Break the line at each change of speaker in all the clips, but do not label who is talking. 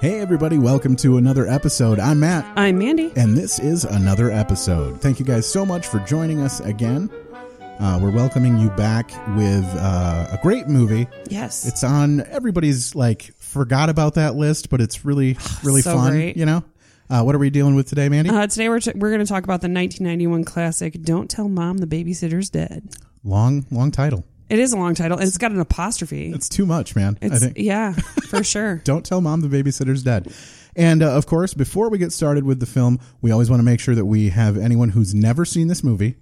Hey, everybody, welcome to another episode. I'm Matt,
I'm Mandy.
and this is another episode. Thank you guys so much for joining us again. Uh, we're welcoming you back with uh, a great movie.
Yes.
It's on everybody's like forgot about that list, but it's really really
So
fun.
great.
You know, uh, what are we dealing with today, Mandy?
uh, today we're, t- we're going to talk about the 1991 classic Don't Tell Mom the Babysitter's Dead.
long long title.
It is a long title and it's got an apostrophe.
It's too much, man. I
It's-
think.
yeah, for sure.
Don't tell mom the babysitter's dead. And uh, of course, before we get started with the film, we always want to make sure that we have anyone who's never seen this movie,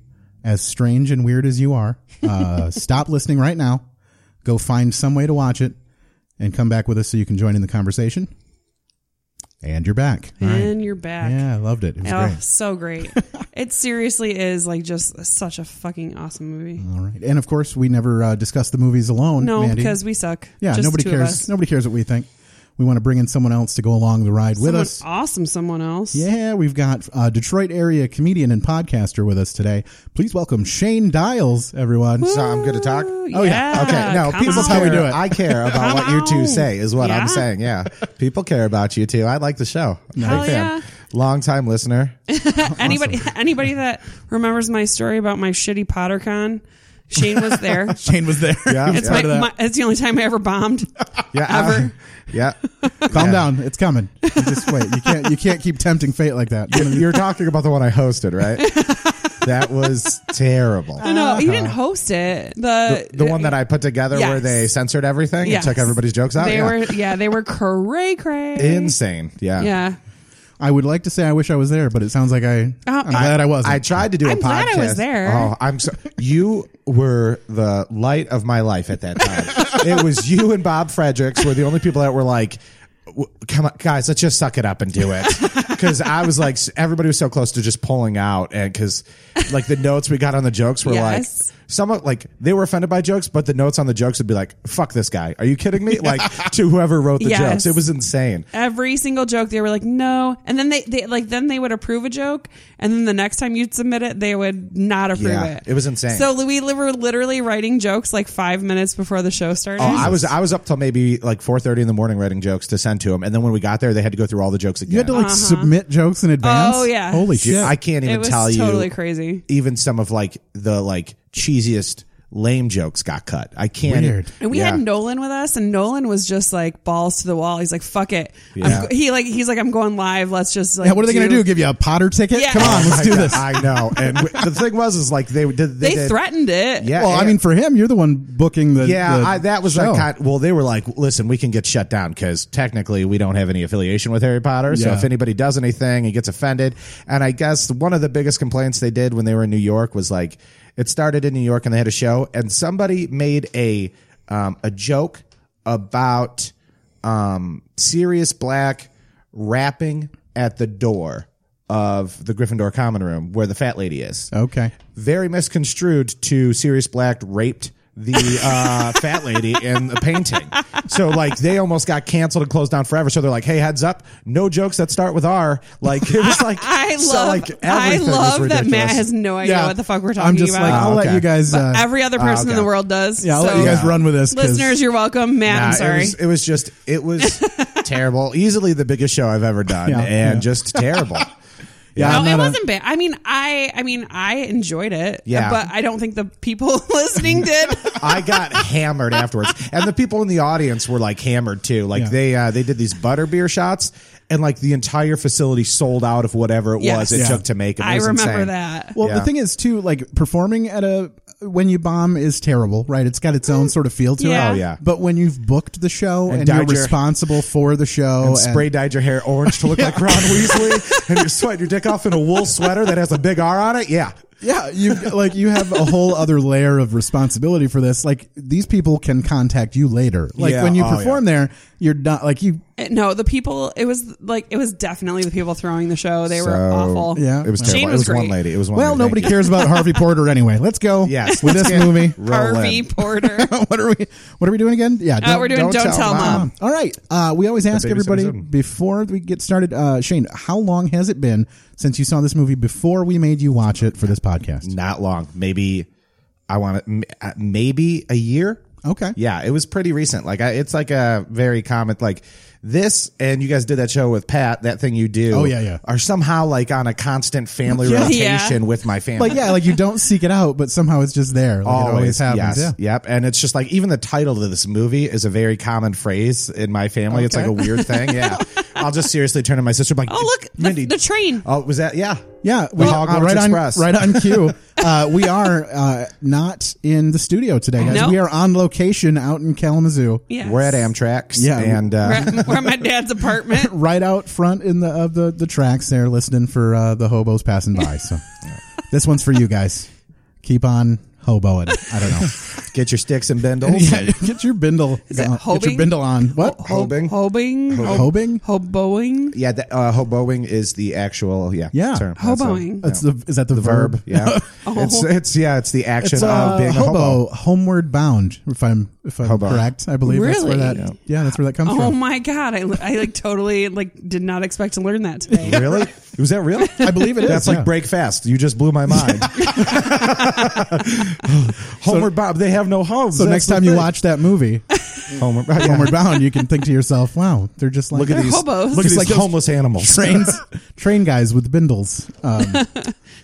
as strange and weird as you are, uh, stop listening right now, go find some way to watch it, and come back with us so you can join in the conversation. And you're back. All right.
And you're back.
Yeah, I loved it. It was
Oh,
great.
so great. it seriously is like just such a fucking awesome movie.
All right. And of course, we never uh, discuss the movies alone.
No,
Mm. Mandy.
because we suck.
yeah,
just
nobody
two Of
cares.
us.
Nobody cares what we think. We want to bring in someone else to go along the ride with
Someone
us.
awesome, someone else.
Yeah, we've got uh, Detroit area comedian and podcaster with us today. Please welcome Shane Dials, everyone.
So I'm good to talk.
Oh, yeah. yeah.
Okay. No,
Come
people
on.
how we
care.
do it.
I care about
Come
what you
on.
two say is what
Yeah.
I'm saying. Yeah. People care about you too. I like the show. Big
Hell yeah.
fan. Long time listener.
Anybody anybody that remembers my story about my shitty PotterCon, Shane was there.
Shane was there.
Yeah.
It's
Yeah.
my,
of that.
my it's the only time I ever bombed.
Yeah.
Ever.
yeah.
Calm down, it's coming. You just wait. You can't. You can't keep tempting fate like that. You know,
You're talking about the one I hosted, right? that was terrible.
No, you didn't host it. The
The one that I put together
Yes.
where they censored everything
Yes.
and took everybody's jokes out.
they
yeah.
were yeah they were cray cray.
insane. Yeah.
yeah,
I would like to say I wish I was there, but it sounds like I. I'm glad I, wasn't.
I tried to do a
I'm
podcast.
glad Oh, I was there.
Oh, I'm so you were the light of my life at that time. it was you and Bob Fredericks were the only people that were like "W- come on guys let's just suck it up and do it because i was like s- everybody was so close to just pulling out and because like the notes we got on the jokes were
Yes.
like some of like they were offended by jokes but the notes on the jokes would be like fuck this guy are you kidding me like to whoever wrote the
Yes.
jokes it was insane
every single joke they were like no, and then they, they like then they would approve a joke, and then the next time you'd submit it they would not approve
Yeah,
it.
it was insane.
So we li- were literally writing jokes like five minutes before the show started.
Oh, I was I was up till maybe like four thirty in the morning writing jokes to send to him, and then when we got there, they had to go through all the jokes again.
you had to like submit jokes in advance.
Uh-huh. Oh, yeah.
Holy
Dude,
shit!
I can't
it
even
was
tell you.
totally crazy.
Even some of like the like cheesiest lame jokes got cut. I can't.
Weird.
And we
Yeah.
had Nolan with us, and Nolan was just like balls to the wall. He's like, "Fuck it." I'm
Yeah.
go- he like he's like, "I'm going live. Let's just like."
yeah, what are they going to do? Give you a Potter ticket?
Yeah.
Come on, let's
I
do
know-
this.
I know. And w- the thing was, is like they did. They,
They
did-
threatened it.
Yeah.
well, I
and-
mean, for him, you're the one booking the.
Yeah,
the
I, that was
show.
like kind well, they were like, listen, we can get shut down because technically we don't have any affiliation with Harry Potter. So
Yeah.
if anybody does anything, he gets offended. And I guess one of the biggest complaints they did when they were in New York was like, it started in New York and they had a show, and somebody made a um, a joke about um, Sirius Black rapping at the door of the Gryffindor common room where the fat lady is
Okay.
very misconstrued to Sirius Black raped the uh, fat lady in the painting. So like they almost got canceled and closed down forever. So they're like, hey, heads up, no jokes that start with R. Like it was like
I
so,
love,
like,
I
everything was
love that Matt
ridiculous.
has no idea
Yeah.
what the fuck we're talking
I'm just
about.
like I'll let
okay.
you guys.
But
Uh,
every other person in
okay.
the world does.
yeah, I'll let
so
you guys run with this, 'cause-
listeners, you're welcome. Matt,
Nah,
I'm sorry.
It was, it was just it was terrible. Easily the biggest show I've ever done,
Yeah,
and
yeah.
just terrible.
yeah, I'm
no, it
not a-
wasn't bad. I mean, I, I mean, I enjoyed it.
Yeah.
but I don't think the people listening did.
I got hammered afterwards, and the people in the audience were like hammered too. Like
Yeah.
they uh, they did these butterbeer shots, and like the entire facility sold out of whatever it
Yes.
was it
Yeah.
took to make it. It
I
was
remember
insane.
that.
Well, the
Yeah.
thing is too, like performing at a when you bomb is terrible, right? It's got its own sort of feel to
Yeah.
it.
Oh,
yeah.
But when you've booked the show and,
And
you're
dyed your-
responsible for the show,
Oh, And spray dyed your hair orange to look like Ron Weasley, and you're sweating your dick off in a wool sweater that has a big R on it. Yeah,
yeah, you like you have a whole other layer of responsibility for this. Like these people can contact you later. Like
Yeah.
when you
Oh,
perform there, you're not like you.
No, the people. It was like it was definitely the people throwing the show. They were
So,
awful.
Yeah.
it was
Shane
terrible. it
was
was one
great.
lady. It was one.
Well,
lady.
nobody
Thank you.
cares about Harvey Porter anyway. Let's go.
Yes,
with
let's
this
get-
movie.
Roll
Harvey
in.
Porter.
what are we? What are we doing again? Yeah,
Uh, we're doing
Don't
Don't,
Tell
Tell
Mom.
Mom.
Um, all right. Uh, we always ask
babysitter's
everybody
in.
before we get started, uh, Shane, how long has it been since you saw this movie before we made you watch it for this podcast?
Not long. uh, Maybe I want to. Maybe a year.
Okay.
Yeah, it was pretty recent. Like I, it's like a very common like this and you guys did that show with Pat, that thing you do.
Oh, yeah, yeah.
Are somehow like on a constant family rotation with my family.
Like yeah, like you don't seek it out, but somehow it's just there. Like it always happens.
Yes.
Yeah.
Yep. And it's just like even the title of this movie is a very common phrase in my family. It's
Okay.
like a weird thing. Yeah. I'll just seriously turn to my sister. I'm like,
Oh, look, the,
Mindy.
the train.
oh, was that? Yeah.
Yeah, we
The
are
Hogwarts
right
Express.
on right on cue. Uh, we are uh, not in the studio today, guys.
No.
We are on location out in Kalamazoo,
Yes.
We're at Amtrak's.
Yeah.
And
We're
uh,
at, we're at my dad's apartment.
right out front in the of the the tracks. There, listening for uh, the hobos passing by. So this one's for you guys. Keep on hoboing. I don't know.
get your sticks and bindles.
Yeah, get your bindle. go-
it
get your
hobing?
bindle on. What?
Hobing.
Hobing.
Hobing?
Hoboing.
Yeah, that, uh, hoboing is the actual yeah
Yeah.
term. That's a-
Hoboing.
That's the is that the, verb?
verb. Yeah, it's it's yeah, it's the action
Oh. It's
of
uh,
being a
hobo,
hobo.
homeward bound. If I'm if I'm
Hobo.
correct, I believe that's where
Really?
that yeah.
Yeah.
that's where that comes
Oh
from.
my god! I, I like totally like did not expect to learn that today.
Really? Was that real?
I believe it is.
That's like
yeah.
break fast. You just blew my mind. Homeward Bob, they have no homes.
So next time you watch that movie,
Homeward, yeah.
Homeward Bound, you can think to yourself, "Wow, they're just like
look at
They're
these
hobos.
Look at
Just
these
like those
homeless animals.
trains, train guys with bindles." Um,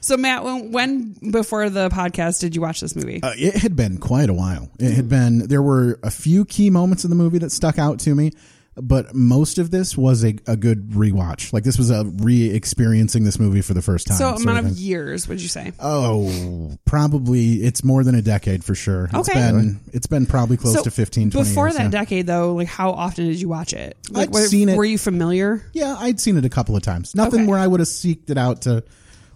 So Matt, when, when before the podcast did you watch this movie?
uh, it had been quite a while. It
Hmm.
had been there were a few key moments in the movie that stuck out to me, but most of this was a, a good rewatch. Like this was a re-experiencing this movie for the first time.
so
sort
amount
thing.
of years would you say?
Oh, probably it's more than a decade for sure. It's
Okay.
been it's been probably close
so
to 15 20
Before
years,
that
yeah.
decade, though, like how often did you watch it? Like,
I'd
were,
seen it-
Were you familiar?
Yeah, I'd seen it a couple of times. Nothing
Okay.
where I would have seeked it out to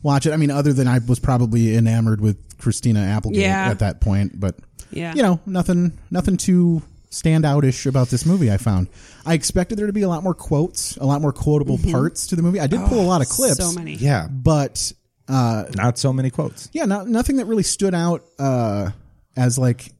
watch it. I mean, other than I was probably enamored with Christina Applegate
Yeah.
at that point, but
Yeah.
you know, nothing nothing too standoutish about this movie. I found I expected there to be a lot more quotes, a lot more quotable parts to the movie. I did pull a lot of clips,
Mm-hmm. Oh, So many.
Yeah,
but
not so many quotes.
yeah, not, nothing that really stood out uh, as like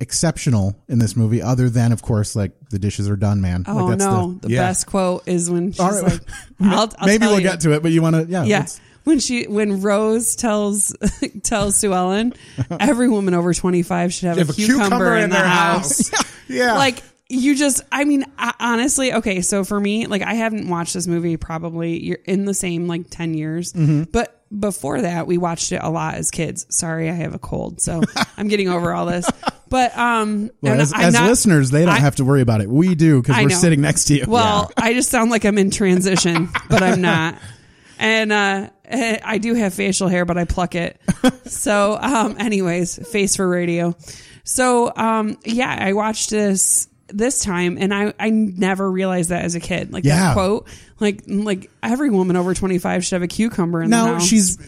exceptional in this movie, other than of course like the dishes are done, man.
Oh
like,
no!
the-
The,
yeah.
best quote is when she's
All right.
like, "I'll, I'll
maybe
tell
we'll
you.
get to it, but you want to yeah,
Yeah.
let's-
When she when Rose tells tells Sue Ellen, every woman over twenty five should have,
They have
a, cucumber in, their house.
yeah,
Like you just, I mean, I, honestly, okay. So for me, like I haven't watched this movie probably you're in the same like ten years,
Mm-hmm.
but before that we watched it a lot as kids. Sorry, I have a cold, so I'm getting over all this. But um,
Well,
and
as,
I'm
as
not-
listeners, they don't
I-
have to worry about it. We do because
I
we're
know.
sitting next to you.
Well, I just sound like I'm in transition, but I'm not. And uh, eh, I do have facial hair, but I pluck it. So, um, anyways, face for radio. So, um, yeah, I watched this this time, and I I never realized that as a kid. Like
Yeah.
that quote, like like every woman over 25 should have a cucumber in the
now
house.
she's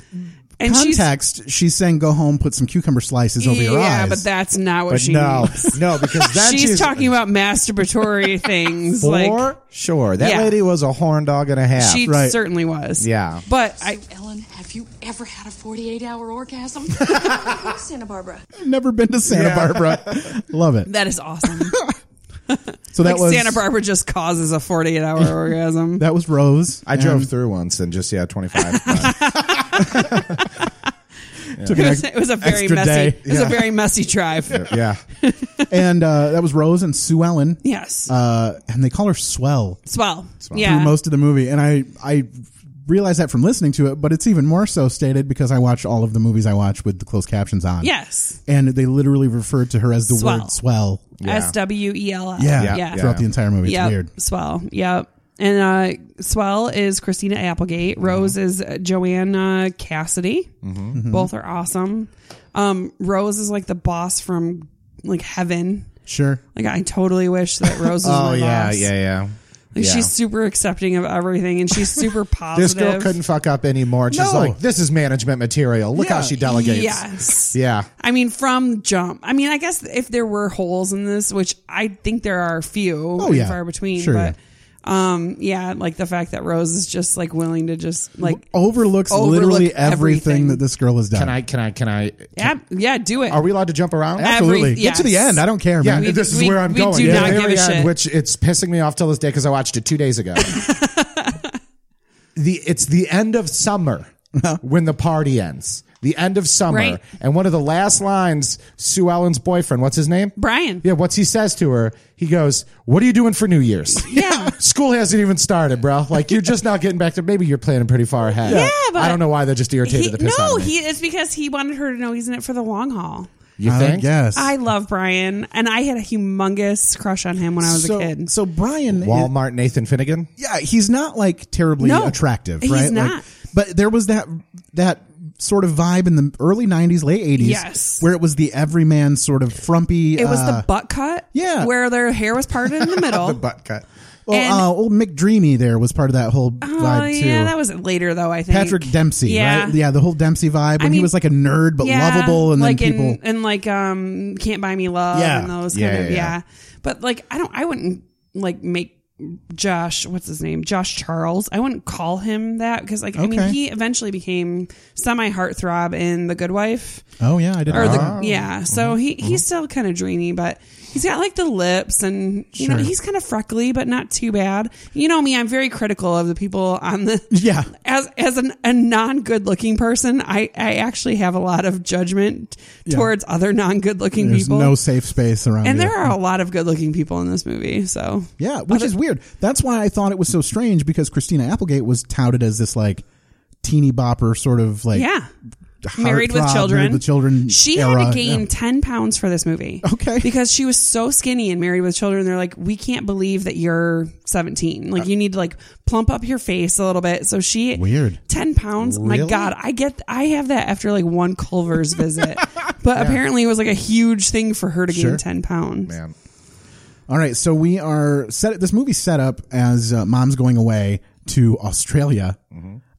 and
context. She's, saying, "Go home, put some cucumber slices over
she's
your eyes."
yeah, but that's not what
but
she
no,
means.
no, because that
She's
is-
talking about masturbatory things.
for
like
sure. That
Yeah.
lady was a horn dog and a half.
she
right.
certainly was.
Yeah.
but I
Ellen, have you ever had a 48 hour orgasm? Santa Barbara.
never been to Santa
Yeah.
Barbara. Love it.
That is awesome.
So that
like
was
Santa Barbara just causes a 48 hour orgasm.
That was Rose.
I
Um,
drove through once and just yeah, twenty five.
Took
It
an
was,
ex-
it was a very
extra
messy.
day.
It was a very messy drive.
yeah,
and uh, that was Rose and Sue Ellen.
Yes.
Uh, and they call her Swell
swell.
through
Yeah.
most of the movie, and I I realized that from listening to it, but it's even more so stated because I watch all of the movies I watch with the closed captions on.
yes.
and they literally referred to her as the
Swell.
word Swell.
S W E L L.
Yeah,
Yeah.
Yeah.
throughout the entire movie, it's
Yep.
weird.
Swell. Yep. And uh, Swell is Christina Applegate.
Uh-huh.
Rose is uh, Joanna Cassidy.
Mm-hmm.
Both are awesome. Um, Rose is like the boss from like heaven.
Sure.
Like I totally wish that Rose was
oh
my
yeah,
boss.
yeah, yeah.
Like
yeah.
she's super accepting of everything, and she's super positive.
This girl couldn't fuck up anymore. She's
No.
like, this is management material. Look
Yeah.
how she delegates.
Yes.
Yeah.
I mean, from jump. I mean, I guess if there were holes in this, which I think there are a few
Oh,
and
yeah.
far between,
Sure,
but um, yeah, like the fact that Rose is just like willing to just like,
Oh, Overlooks
Overlook
literally everything,
everything.
that this girl has done.
Can I? Can I? Can I?
yeah, yeah, do it.
Are we allowed to jump around?
Absolutely.
every-
Get to the
yes.
end. I don't care,
Yeah,
man.
We-
this is
we-
where I'm
we
going.
do
to the
not give
very
a shit.
Which it's pissing me off till this day because I watched it two days ago. the it's the end of summer when the party ends. the end of summer,
Uh-huh. Right.
and one of the last lines Sue Ellen's boyfriend, what's his name?
Brian.
Yeah, what's he says to her? He goes, "What are you doing for New Year's?"
Yeah.
School hasn't even started, bro. Like you're just now getting back to maybe you're planning pretty far ahead.
Yeah, but
I don't know why they're just irritated
He-
the piss out
no,
of me.
he it's because he wanted her to know he's in it for the long haul.
you think?
Yes.
I love Brian, and I had a humongous crush on him when I was
so,
a kid.
So Brian is-
Walmart Nathan Finnegan.
yeah, he's not like terribly
No,
attractive,
he's
right? Like,
not.
but there was that that sort of vibe in the early '90s, late '80s,
Yes.
where it was the everyman sort of frumpy.
it was
uh,
the butt cut,
yeah.
where their hair was parted in the middle.
butt cut.
well,
and-
uh, old McDreamy there was part of that whole
oh
vibe too.
yeah, that was later though. I think
Patrick Dempsey,
Yeah.
right? Yeah, the whole Dempsey vibe when he
mean-
was like a nerd but
Yeah,
lovable, and
like
then people.
in, and like um, can't buy me love,
Yeah.
and those
Yeah,
kind of
yeah,
yeah.
yeah.
But like, I don't, I wouldn't like make Josh, what's his name, Josh Charles. I wouldn't call him that because like, I mean,
Okay.
he eventually became semi heartthrob in The Good Wife.
oh yeah, I didn't.
or the
know.
yeah.
Uh-huh.
So he he's still kind of dreamy, but he's got like the lips and you know
Sure.
he's kind of freckly, but not too bad. You know me, I'm very critical of the people on the
Yeah.
As as an, a non good looking person, I I actually have a lot of judgment
Yeah.
towards other non good looking
There's
people.
no safe space around.
and
you.
there are a lot of good looking people in this movie. So
Yeah, which is weird. That's why I thought it was so strange because Christina Applegate was touted as this like teeny bopper sort of like
yeah.
heartthrob,
Married with children.
married with children.
She
era.
had to gain
Yeah.
ten pounds for this movie.
Okay.
Because she was so skinny and married with children. They're like, we can't believe that you're seventeen. Like you need to like plump up your face a little bit. So she
Uh, Weird.
ten pounds. My
Really?
God, I get I have that after like one Culver's visit. But apparently it was like a huge thing for her to gain
Sure.
ten pounds.
Man.
All right, so we are set. This movie's set up as uh, mom's going away to Australia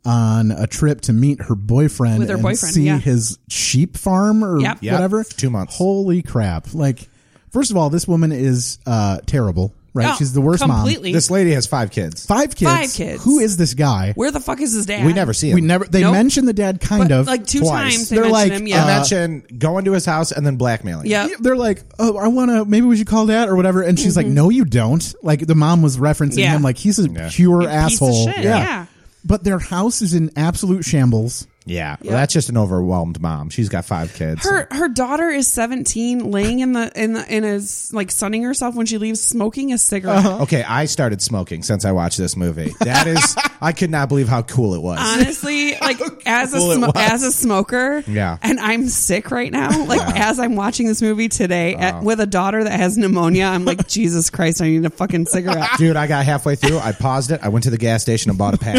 on a trip to meet her boyfriend
With her
and
boyfriend,
see
yeah.
his sheep farm or
Yep.
Yep,
whatever.
two months.
Holy crap! Like, first of all, this woman is uh, terrible. Right?
Oh,
She's the worst
completely.
This lady has five kids.
mom. Five kids.
Five kids.
Who is this guy?
Where the fuck is his dad?
We never see him.
We never. They
Nope.
mention the dad kind
But,
of
like two
twice.
times they
They're
mention
like,
him.
I
Yeah.
mention going to his house and then blackmailing. him.
yeah.
Yeah, they're like, oh, I want to. Maybe we should call that or whatever. And she's like, no, you don't. Like the mom was referencing
Mm-hmm. Yeah.
him, like he's a pure
Piece of
asshole.
shit, yeah.
But their house is in absolute shambles.
Yeah. Well, that's just an overwhelmed mom. She's got five kids.
Her her daughter is 17, laying in the in the in his like sunning herself when she leaves, smoking a cigarette.
Okay, I started smoking since I watched this movie. That is, I could not believe how cool it was.
Uh, Honestly, like as a
cool it
sm-
was.
as a smoker,
Yeah.
and I'm sick right now. Like as I'm watching this movie today at, with a daughter that has pneumonia, I'm like Jesus Christ, I need a fucking cigarette.
Dude, I got halfway through. I paused it. I went to the gas station and bought a pack,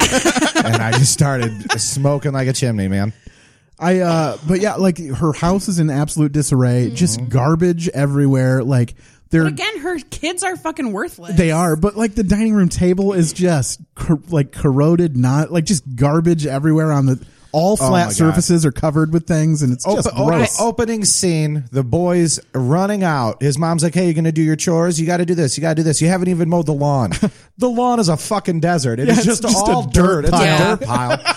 and I just started smoking like a chimney, man.
I, uh, but yeah, like her house is in absolute disarray,
Mm-hmm.
just garbage everywhere. Like they're,
But again, her kids are fucking worthless.
they are, but like the dining room table is just cor- like corroded, not like just garbage everywhere on the, all flat
God. Oh,
surfaces are covered with things and it's just
Open- open-
gross.
opening scene, the boys running out. His mom's like, "Hey, you're gonna do your chores. You got to do this. You got to do this. You haven't even mowed the lawn. the lawn is a fucking desert. It is
Yeah, it's
just,
just a
all
dirt
dirt. It's
pile.
a dirt pile.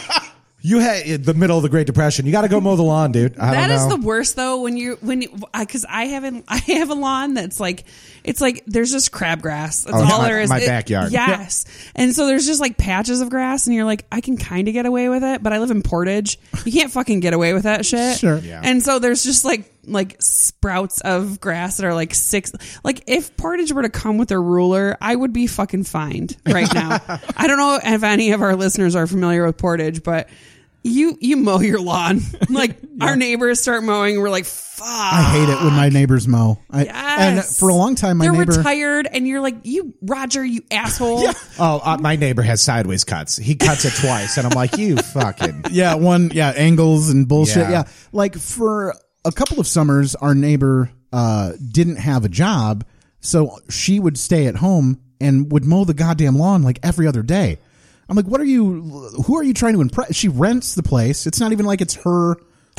you had the middle of the Great Depression. You got to go mow the lawn, dude. I
That
don't
is
know.
the worst though when you when because I haven't I have a lawn that's like it's like there's just crabgrass. That's
Oh,
all
my-
there is.
my backyard.
Yes, and so there's just like patches of grass, and you're like I can kind of get away with it, but I live in Portage. You can't fucking get away with that shit.
Sure. Yeah.
And so there's just like like sprouts of grass that are like six. Like if Portage were to come with a ruler, I would be fucking fined right now. I don't know if any of our listeners are familiar with Portage, but you you mow your lawn. Like our neighbors start mowing, we're like, fuck.
I hate it when my neighbors mow. I, And
Yes.
for a long time, my
They're
neighbor.
retired, and you're like, you Roger, you asshole.
Oh, uh, my neighbor has sideways cuts. He cuts it twice, and I'm like, you fucking.
yeah, one yeah, angles and bullshit. Yeah.
Yeah.
Like for a couple of summers our neighbor uh didn't have a job, so she would stay at home and would mow the goddamn lawn like every other day. I'm like, "What are you who are you trying to impress? She rents the place. It's not even like it's her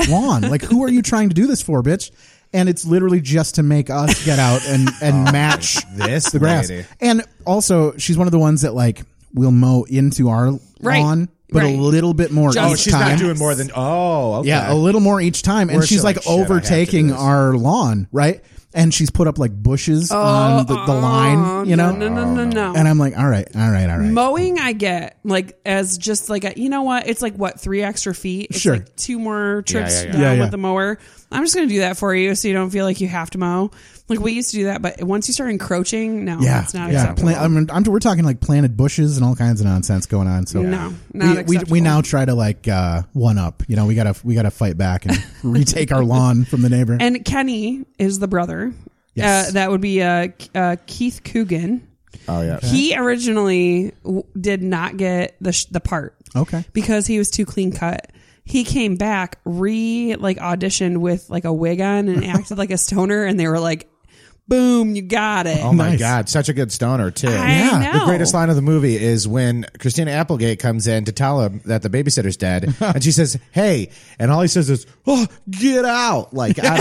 lawn. like who are you trying to do this for, bitch?" And it's literally just to make us get out and and match
This
the grass.
lady.
And also, she's one of the ones that like will mow into our
Right.
lawn, but
Right.
a little bit more.
Just-
each
Oh, she's
time.
not doing more than. Oh, okay.
Yeah, a little more each time, and
Where
she's
she's
like,
like, "Shit, I have to do
overtaking
this."
our lawn, right? and she's put up like bushes on the, the line, you know?
Oh, No, no, no, no.
And I'm like, all right, all right, all right.
Mowing, I get like as just like a, you know what? It's like what three extra feet? It's
Sure.
like two more trips
yeah, yeah.
down
Yeah, yeah.
with the mower. I'm just gonna do that for you, so you don't feel like you have to mow. Like we used to do that, but once you start encroaching, no,
yeah,
it's not
yeah.
acceptable.
Pla- I mean, I'm, we're talking like planted bushes and all kinds of nonsense going on. So
No,
we,
not
we, we
acceptable.
now try to like uh, one up. You know, we gotta we gotta fight back and retake our lawn from the neighbor.
and Kenny is the brother.
Yes.
Uh, that would be uh, K- uh, Keith Coogan.
Oh yeah.
He originally w- did not get the sh- the part.
okay,
because he was too clean cut. He came back, re like auditioned with like a wig on and acted like a stoner, and they were like, "Boom, you got it."
Oh my
Nice.
god, such a good stoner too.
I
yeah,
know.
The greatest line of the movie is when Christina Applegate comes in to tell him that the babysitter's dead, and she says, "Hey," and all he says is, "Oh, get out!" Like I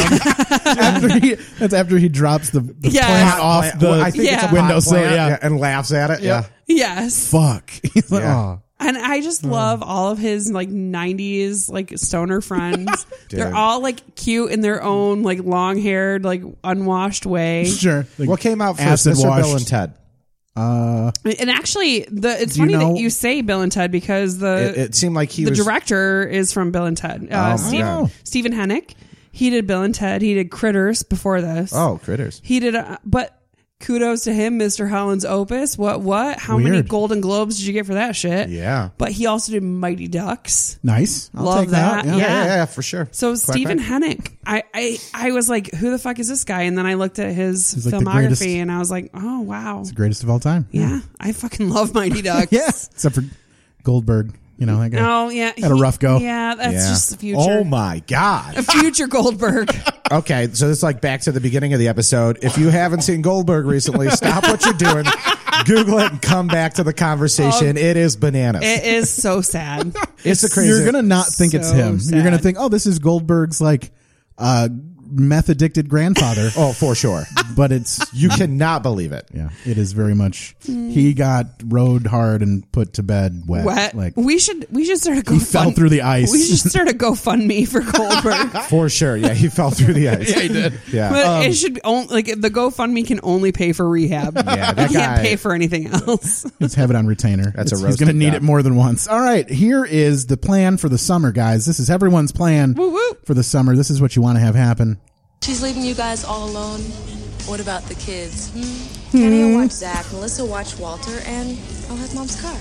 don't.
after he, that's after he drops the, the
Yeah.
plant off the
Well, I think it's a
Yeah.
pot
windowsill.
plant,
Yeah.
and laughs at it. Yeah.
Yes,
fuck. He's like,
Yeah.
"Aw."
and I just
Mm.
love all of his like '90s like stoner friends. they're
Dude.
all like cute in their own like long haired like unwashed way.
sure. Like,
What came out first,
acid
Mr. Bill
washed.
and Ted?
And actually, the it's
Do you
funny
know-
that you say Bill and Ted because the
It, it seemed like he
the
was Oh,
director is from Bill and Ted. Uh,
my
Oh,
Steve-
God.
Stephen Hennick. He did Bill and Ted. He did Critters before this.
Oh, critters.
He did, uh, but kudos to him, Mr. Holland's Opus. What, what? How many
Weird.
Golden Globes did you get for that shit?
Yeah.
But he also did Mighty Ducks.
Nice. I'll
Love
take that.
that.
Yeah.
Yeah,
Uh, Yeah.
yeah, yeah, for sure.
So
Quack,
Stephen
quack.
Hennick, I, I I was like, who the fuck is this guy? And then I looked at his
like the greatest-
filmography, and I was like, oh wow,
Greatest of all time.
yeah, I fucking love Mighty Ducks.
Yeah. Except for Goldberg. You know, that guy.
Oh yeah,
Had a rough go.
Yeah, that's
Yeah.
just the future.
Oh my god.
Future Goldberg.
Okay, so this is like back to the beginning of the episode. If you haven't seen Goldberg recently, stop what you're doing, Google it, and come back to the conversation. Um, it is bananas.
It is so sad.
it's a crazy.
You're gonna not think it's
so
him. You're gonna
sad.
think, oh, this is Goldberg's like uh, meth addicted grandfather.
oh, for sure.
but it's
You cannot believe it.
yeah, it is very much. He got rode hard and put to bed wet.
Hmm. Wet.
Like
we should we should start a GoFundMe.
fell through the ice.
We should start a GoFundMe for Goldberg.
For sure. Yeah, he fell through the ice. yeah, he did. Yeah.
But it should be only like the GoFundMe can only pay for rehab.
Yeah, that
it can't
guy-
pay for anything else.
let's have it on retainer.
That's a
It's- he's
roasted
gonna need
duck.
it more than once. All right, here is the plan for the summer, guys. This is everyone's plan
woo.
for the summer. This is what you want to have happen.
She's leaving you guys all alone. What about the kids? Hmm? Kenny will watch Zach, Melissa will watch Walter, and I'll have mom's car.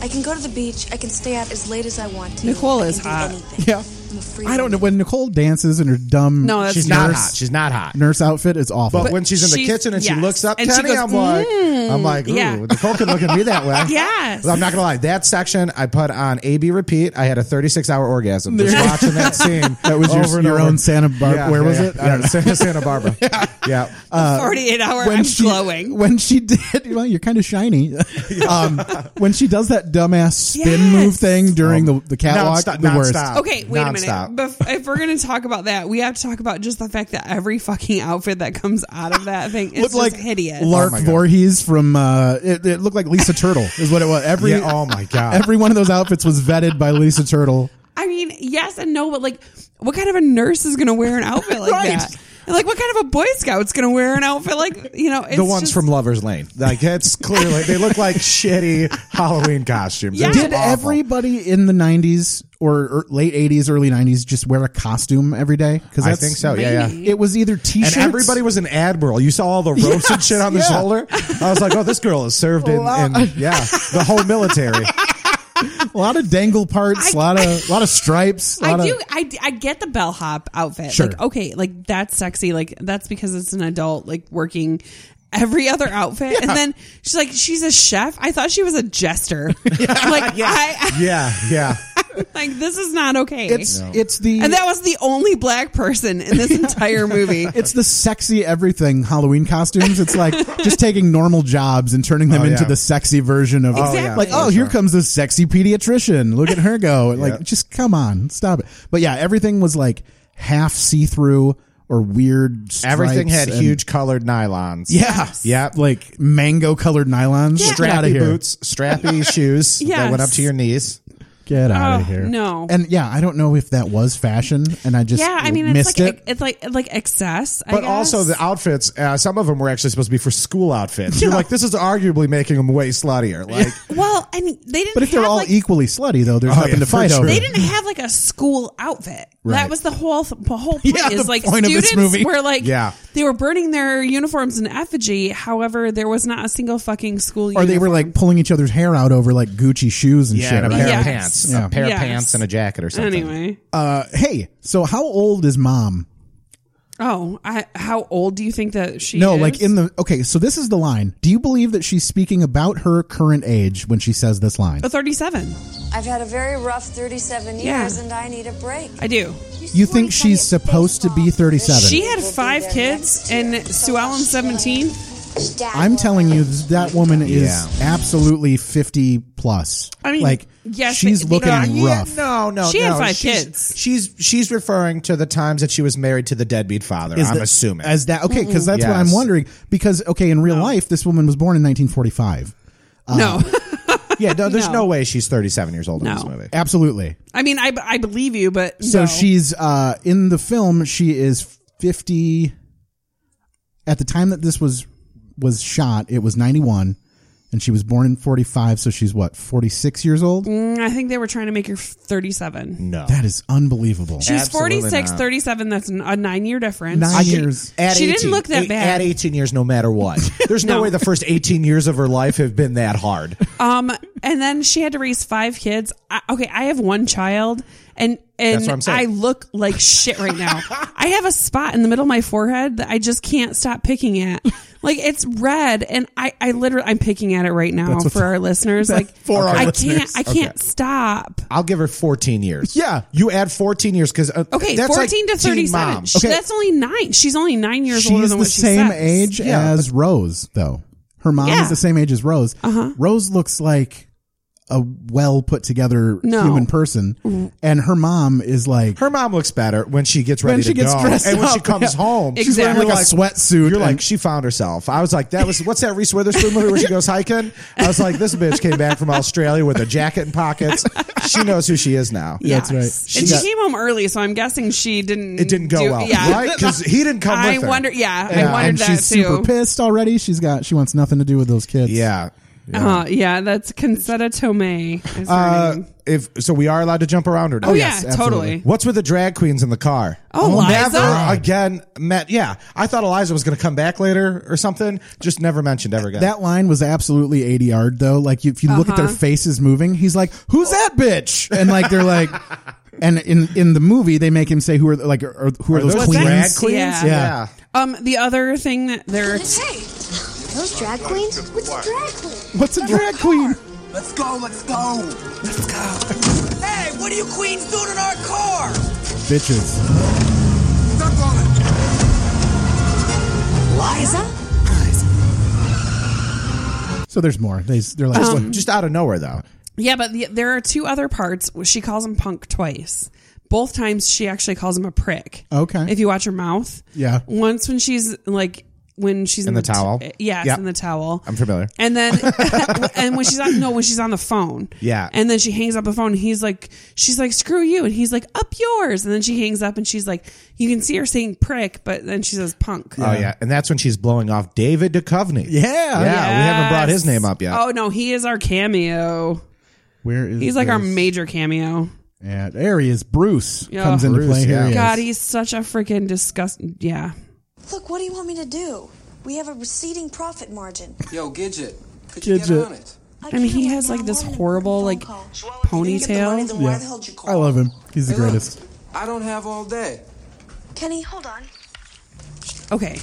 I can go to the beach. I can stay out as late as I want to.
Nicole
I can
is
do
hot.
anything.
Yeah.
I'm a free
I don't know
woman.
when Nicole dances in her dumb
No, that's
She's
she's
not
nurse,
hot. She's not hot.
nurse outfit. It's awful.
But, when she's in the
she's-
kitchen and
yes.
she "Mm." looks up,
And she
Kenny,
goes,
I'm like, I'm like, ooh,
yeah.
Nicole can look at me that way.
Yes.
Well, I'm not gonna lie. That section I put on AB repeat. I had a 36 hour orgasm just watching that scene.
That was your-
over and
your
over.
own Santa Bar- where was it?
I don't know. Santa, Santa Barbara. yeah. Uh,
Forty eight hour I'm glowing.
When she did, well, you're kind of shiny. um, when she does that dumbass spin
Yes.
move thing during the, the catwalk,
nonstop-
the worst.
Um, nonstop.
Okay, wait a
Nonstop.
minute. Bef- if we're gonna talk about that, we have to talk about just the fact that every fucking outfit that comes out of that thing is
Looked
just
like
hideous.
Lark
Oh my God.
Voorhees from. Uh, it, it looked like Lisa Turtle is what it was. Every
Yeah, oh my God.
Every one of those outfits was vetted by Lisa Turtle.
I mean, yes and no, but like, what kind of a nurse is going to wear an outfit like
Right.
that? And like, what kind of a Boy Scout's going to wear an outfit like you know? It's
the ones
just-
from Lovers Lane. Like it's clearly they look like shitty Halloween costumes.
Yeah.
It was
Did
awful.
everybody in the '90s or, or late '80s, early '90s just wear a costume every day? Because
I think so. Yeah, yeah.
It was either t-shirts.
And everybody was an admiral. You saw all the ropes and shit on the
yeah.
shoulder. I was like, oh, this girl has served in,
Wow.
in yeah the whole military.
a lot of dangle parts, a lot of lot of stripes. a lot
I
of-
do. I, d- I get the bellhop outfit.
Sure.
Like, okay, like that's sexy. Like that's because it's an adult like working. Every other outfit, and then she's like, she's a chef. I thought she was a jester. Like, I,
Yeah, yeah.
like this is not okay.
It's it's the
and that was the only black person in this entire movie.
it's the sexy everything Halloween costumes. It's like just taking normal jobs and turning them
Oh,
into
yeah.
the sexy version of
Exactly.
like oh
For
here comes this sexy pediatrician. Look at her go. Like just come on, stop it. But yeah, everything was like half see through or weird. stripes
Everything had
and-
huge colored nylons.
Yeah,
Yeah.
like mango colored nylons. Get out of
strappy
here.
boots, strappy shoes that
Yes.
went up to your knees.
Get out
Oh,
of here.
no.
And yeah, I don't know if that was fashion, and I just
yeah, I mean, it's
missed
like
it.
it's like like excess. I
But also
guess.
the outfits, uh, some of them were actually supposed to be for school outfits. You're like, this is arguably making them way sluttier. Like,
well, I mean, they didn't.
but if they're
have,
all
like,
equally slutty, though, there's
Oh,
nothing
yeah,
to
for
fight
sure.
over.
they didn't have like a school outfit.
Right.
That was the whole th- whole point.
Yeah,
is
the
like
point of this
students
movie.
were like,
Yeah.
they were burning their uniforms in effigy. However, there was not a single fucking school.
or they were like pulling each other's hair out over like Gucci shoes and
yeah,
shit.
and a
right?
pair
Yes.
of pants,
Yeah.
a pair
Yes.
of pants and a jacket or something.
anyway.
Uh, hey, so how old is mom?
Oh, I, how old do you think that she?
No,
is?
like in the okay. So this is the line. Do you believe that she's speaking about her current age when she says this line?
Oh, thirty-seven.
I've had a very rough 37
Yeah.
years and I need a break.
I do.
You think she's supposed to be thirty-seven?
She had five kids, and Sue Ellen seventeen.
I'm telling you, th- that woman is
Yeah.
absolutely fifty plus.
I mean,
like,
yes,
she's
they-
looking
no,
Yeah,
rough.
no, no,
She had
no.
five
she's,
kids.
She's she's referring to the times that she was married to the deadbeat father.
Is
I'm
that-
assuming.
as that okay? Because that's what
Yes.
I'm wondering. Because okay, in real life, this woman was born in 1945.
no,
Uh-huh.
yeah, no, there's no.
No.
way she's 37 years old in
No.
this movie.
Absolutely.
I mean, I, I believe you, but
So
no.
she's uh, in the film. She is 50. At the time that this was was shot, it was 91, and she was born in 45. So she's what 46 years old.
Mm, I think they were trying to make her thirty-seven.
No.
That is unbelievable.
She's
Absolutely
46,
not.
37. That's an- a nine year difference.
Nine
I
She-
can-
years.
at
She didn't
18
look that
a-
bad.
At 18 years, no matter what. There's no,
No.
way the first 18 years of her life have been that hard.
Um, and then she had to raise five kids. I, okay, I have one child, and
That's what I'm
and
saying.
I look like shit right now. I have a spot in the middle of my forehead that I just can't stop picking at. Like it's red, and I I literally I'm picking at it right now for our listeners. Like
for our
I
listeners.
can't I can't stop.
I'll give her 14 years.
Yeah.
You add 14 years because uh,
Okay,
that's like
fourteen to
teen
thirty seven.
mom.
That's only nine. She's only nine years older
She's
than
the
what she
same
says.
age
Yeah.
as Rose, though. Her mom
Yeah. Uh-huh.
is the same age as Rose. Rose looks like a well put together
No.
human person, and her mom is like
Her mom looks better when she gets ready
when she
to
gets
go.
dressed
and when
up,
she comes
yeah.
home,
she's wearing like,
Exactly.
a sweatsuit.
You're like,
and-
she found herself. I was like, that was what's that Reese Witherspoon movie where she goes hiking? I was like, this bitch came back from Australia with a jacket and pockets. She knows who she is now.
That's right.
Yes.
She
and
got-
she came home early, so I'm guessing she didn't.
It didn't go
do-
well,
Yeah.
right? Because he didn't come
I
with her.
wonder. Yeah,
Yeah,
I wondered
and
that
she's
too.
super pissed already. She's got she wants nothing to do with those kids.
Yeah.
Uh, yeah, that's Consetta Tomei. Is her
Uh,
name.
if so, we are allowed to jump around or not?
Oh, yeah, totally.
What's with the drag queens in the car?
Oh, Eliza?
never again. Met. Yeah, I thought Eliza was going to come back later or something. Just never mentioned ever again.
That line was absolutely 80 yard though. Like you, if you look at
Uh-huh.
their faces moving, he's like, "Who's that bitch?" And like they're like, and in in the movie they make him say, "Who are the- like are, are- who are, those,
those
queens?"
drag queens?
Yeah.
Yeah.
Um, the other thing that they're
Hey,
Those drag queens? What's a drag queen?
What's a drag queen?
Let's go, let's go. Let's go. Hey, what are you queens doing in our car?
Bitches.
Stuck on it.
So there's more. They they're like,
Just, just out of nowhere though.
yeah, but the, there are two other parts. where She calls him punk twice. Both times she actually calls him a prick.
Okay.
If you watch her mouth.
Yeah.
Once when she's like when she's in,
the towel?
yes,
Yep.
in the towel.
I'm familiar.
And then and when she's on no, when she's on the phone.
Yeah.
And then she hangs up the phone. And he's like, she's like, screw you, and he's like, up yours. And then she hangs up, and she's like, you can see her saying prick, but then she says punk.
Oh yeah, and that's when she's blowing off David Duchovny.
Yeah.
yeah. Uh, We haven't brought his
Yes.
name up yet.
Oh no, he is our cameo.
Where is
He's like our
this?
major cameo.
Yeah, there he is. Bruce
Yeah.
comes into
Bruce,
play here.
yeah.
he is.
God, he's such a freaking disgust. Yeah,
Look, what do you want me to do? We have a receding profit margin.
Yo, Gidget, could you
Gidget.
get on it?
I
and he
can't
has
right
like
now.
this
I'm on an
horrible like
important phone call.
ponytail.
Yeah. I love him. He's the
Hey, look,
greatest.
I don't have all day.
Kenny, hold on.
Okay,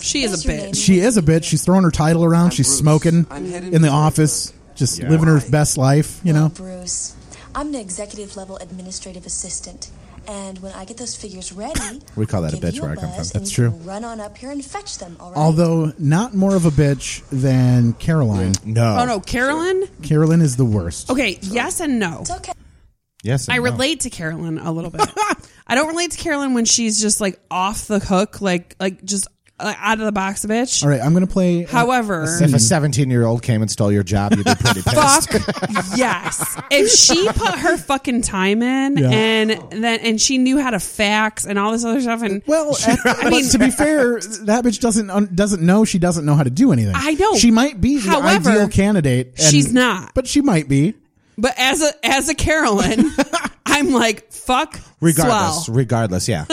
she is a
What's your name?
bitch.
She is a bitch. She's throwing her title around. She's
Bruce.
smoking
I'm headed
in the
for
office, just living her best life. You know.
Bruce, I'm an executive level administrative assistant. And when I get those figures ready,
We call that a
I'll give
bitch
you
where I come
buzz
from.
and
That's
you
true.
can Run on up here and fetch them, all right?
Although not more of a bitch than Caroline.
No.
Oh no, Carolyn.
Carolyn is the worst.
Okay, yes and no.
It's okay.
Yes. and
I
no.
relate to Carolyn a little bit. I don't relate to Carolyn when she's just like off the hook, like like just uh, out of the box, bitch.
All right, I'm going to play. uh,
However,
a
If
scene.
a 17 year old came and stole your job, you'd be pretty pissed.
fuck yes if she put her fucking time in
Yeah.
and then and she knew how to fax and all this other stuff and
Well, at- but
mean-
to be fair, that bitch doesn't un- doesn't know she doesn't know how to do anything.
I know.
She might be the
However,
ideal candidate. and-
she's not.
but she might be.
but as a as a carolyn i'm like fuck
Regardless,
swell.
regardless, yeah.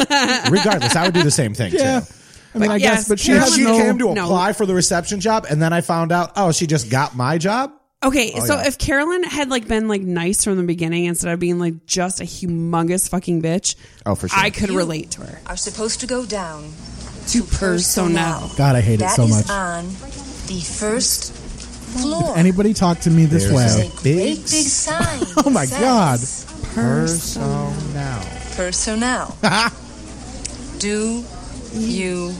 regardless, I would do the same thing
Yeah.
too.
I mean, I
yes,
guess, but she
Carolyn-
has
She
no.
came to
no.
apply for the reception job, and then I found out, oh, she just got my job.
okay
Oh,
so
yeah.
if carolyn had like been like nice from the beginning instead of being like just a humongous fucking bitch
Oh, for sure.
i could relate to her
Are supposed to go down
to personnel
God, I hate it
That
so
is
much.
on the first floor.
Anybody talk to me this
There's
way?
a-
Great big
Big
sign.
Oh my
that
God.
says
Personnel.
Personnel. Do you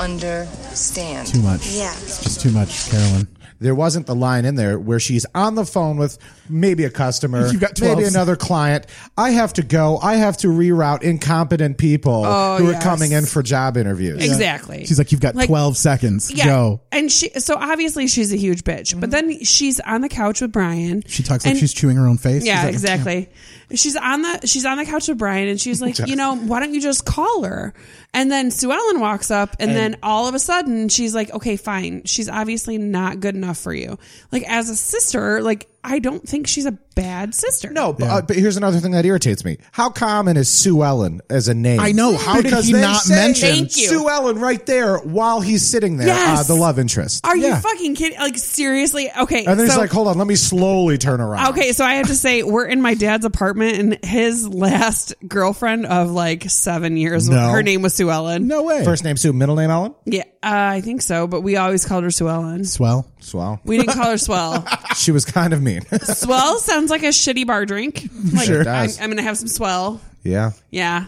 understand?
Too much.
Yeah.
It's just too much, Carolyn.
There wasn't the line in there where she's on the phone with maybe a customer,
You've got 12.
maybe another client. I have to go. I have to reroute incompetent people
Oh,
who
yes.
are coming in for job interviews.
exactly
She's like, you've got 12 seconds.
Yeah.
Go.
And she so obviously she's a huge bitch. But then she's on the couch with Brian.
She talks like
And-
she's chewing her own face.
Yeah,
She's like,
exactly. She's on the she's on the couch with Brian and she's like, you know, why don't you just call her? And then Sue Ellen walks up and, then all of a sudden she's like, Okay, fine. She's obviously not good enough for you. Like as a sister, like I don't think she's a bad sister.
No, but, uh, but here's another thing that irritates me. How common is Sue Ellen as a name?
I know. How did he
they
not
say
mention-
Thank you.
Sue Ellen right there while he's sitting there,
Yes.
uh, the love interest?
Are you
Yeah.
fucking kidding? Like seriously? Okay.
and then he's
so-
like, "Ah." "Hold on, let me slowly turn around."
Okay, so I have to say, we're in my dad's apartment, and his last girlfriend of like seven years,
No.
her name was Sue Ellen.
No way.
First name Sue, middle name Ellen.
Yeah, uh, I think so, but we always called her Sue Ellen.
Swell.
Swell.
We didn't call her Swell.
she was kind of mean.
swell sounds like a shitty bar drink. Like,
Sure
I'm,
does.
I'm going to have some Swell.
yeah.
Yeah.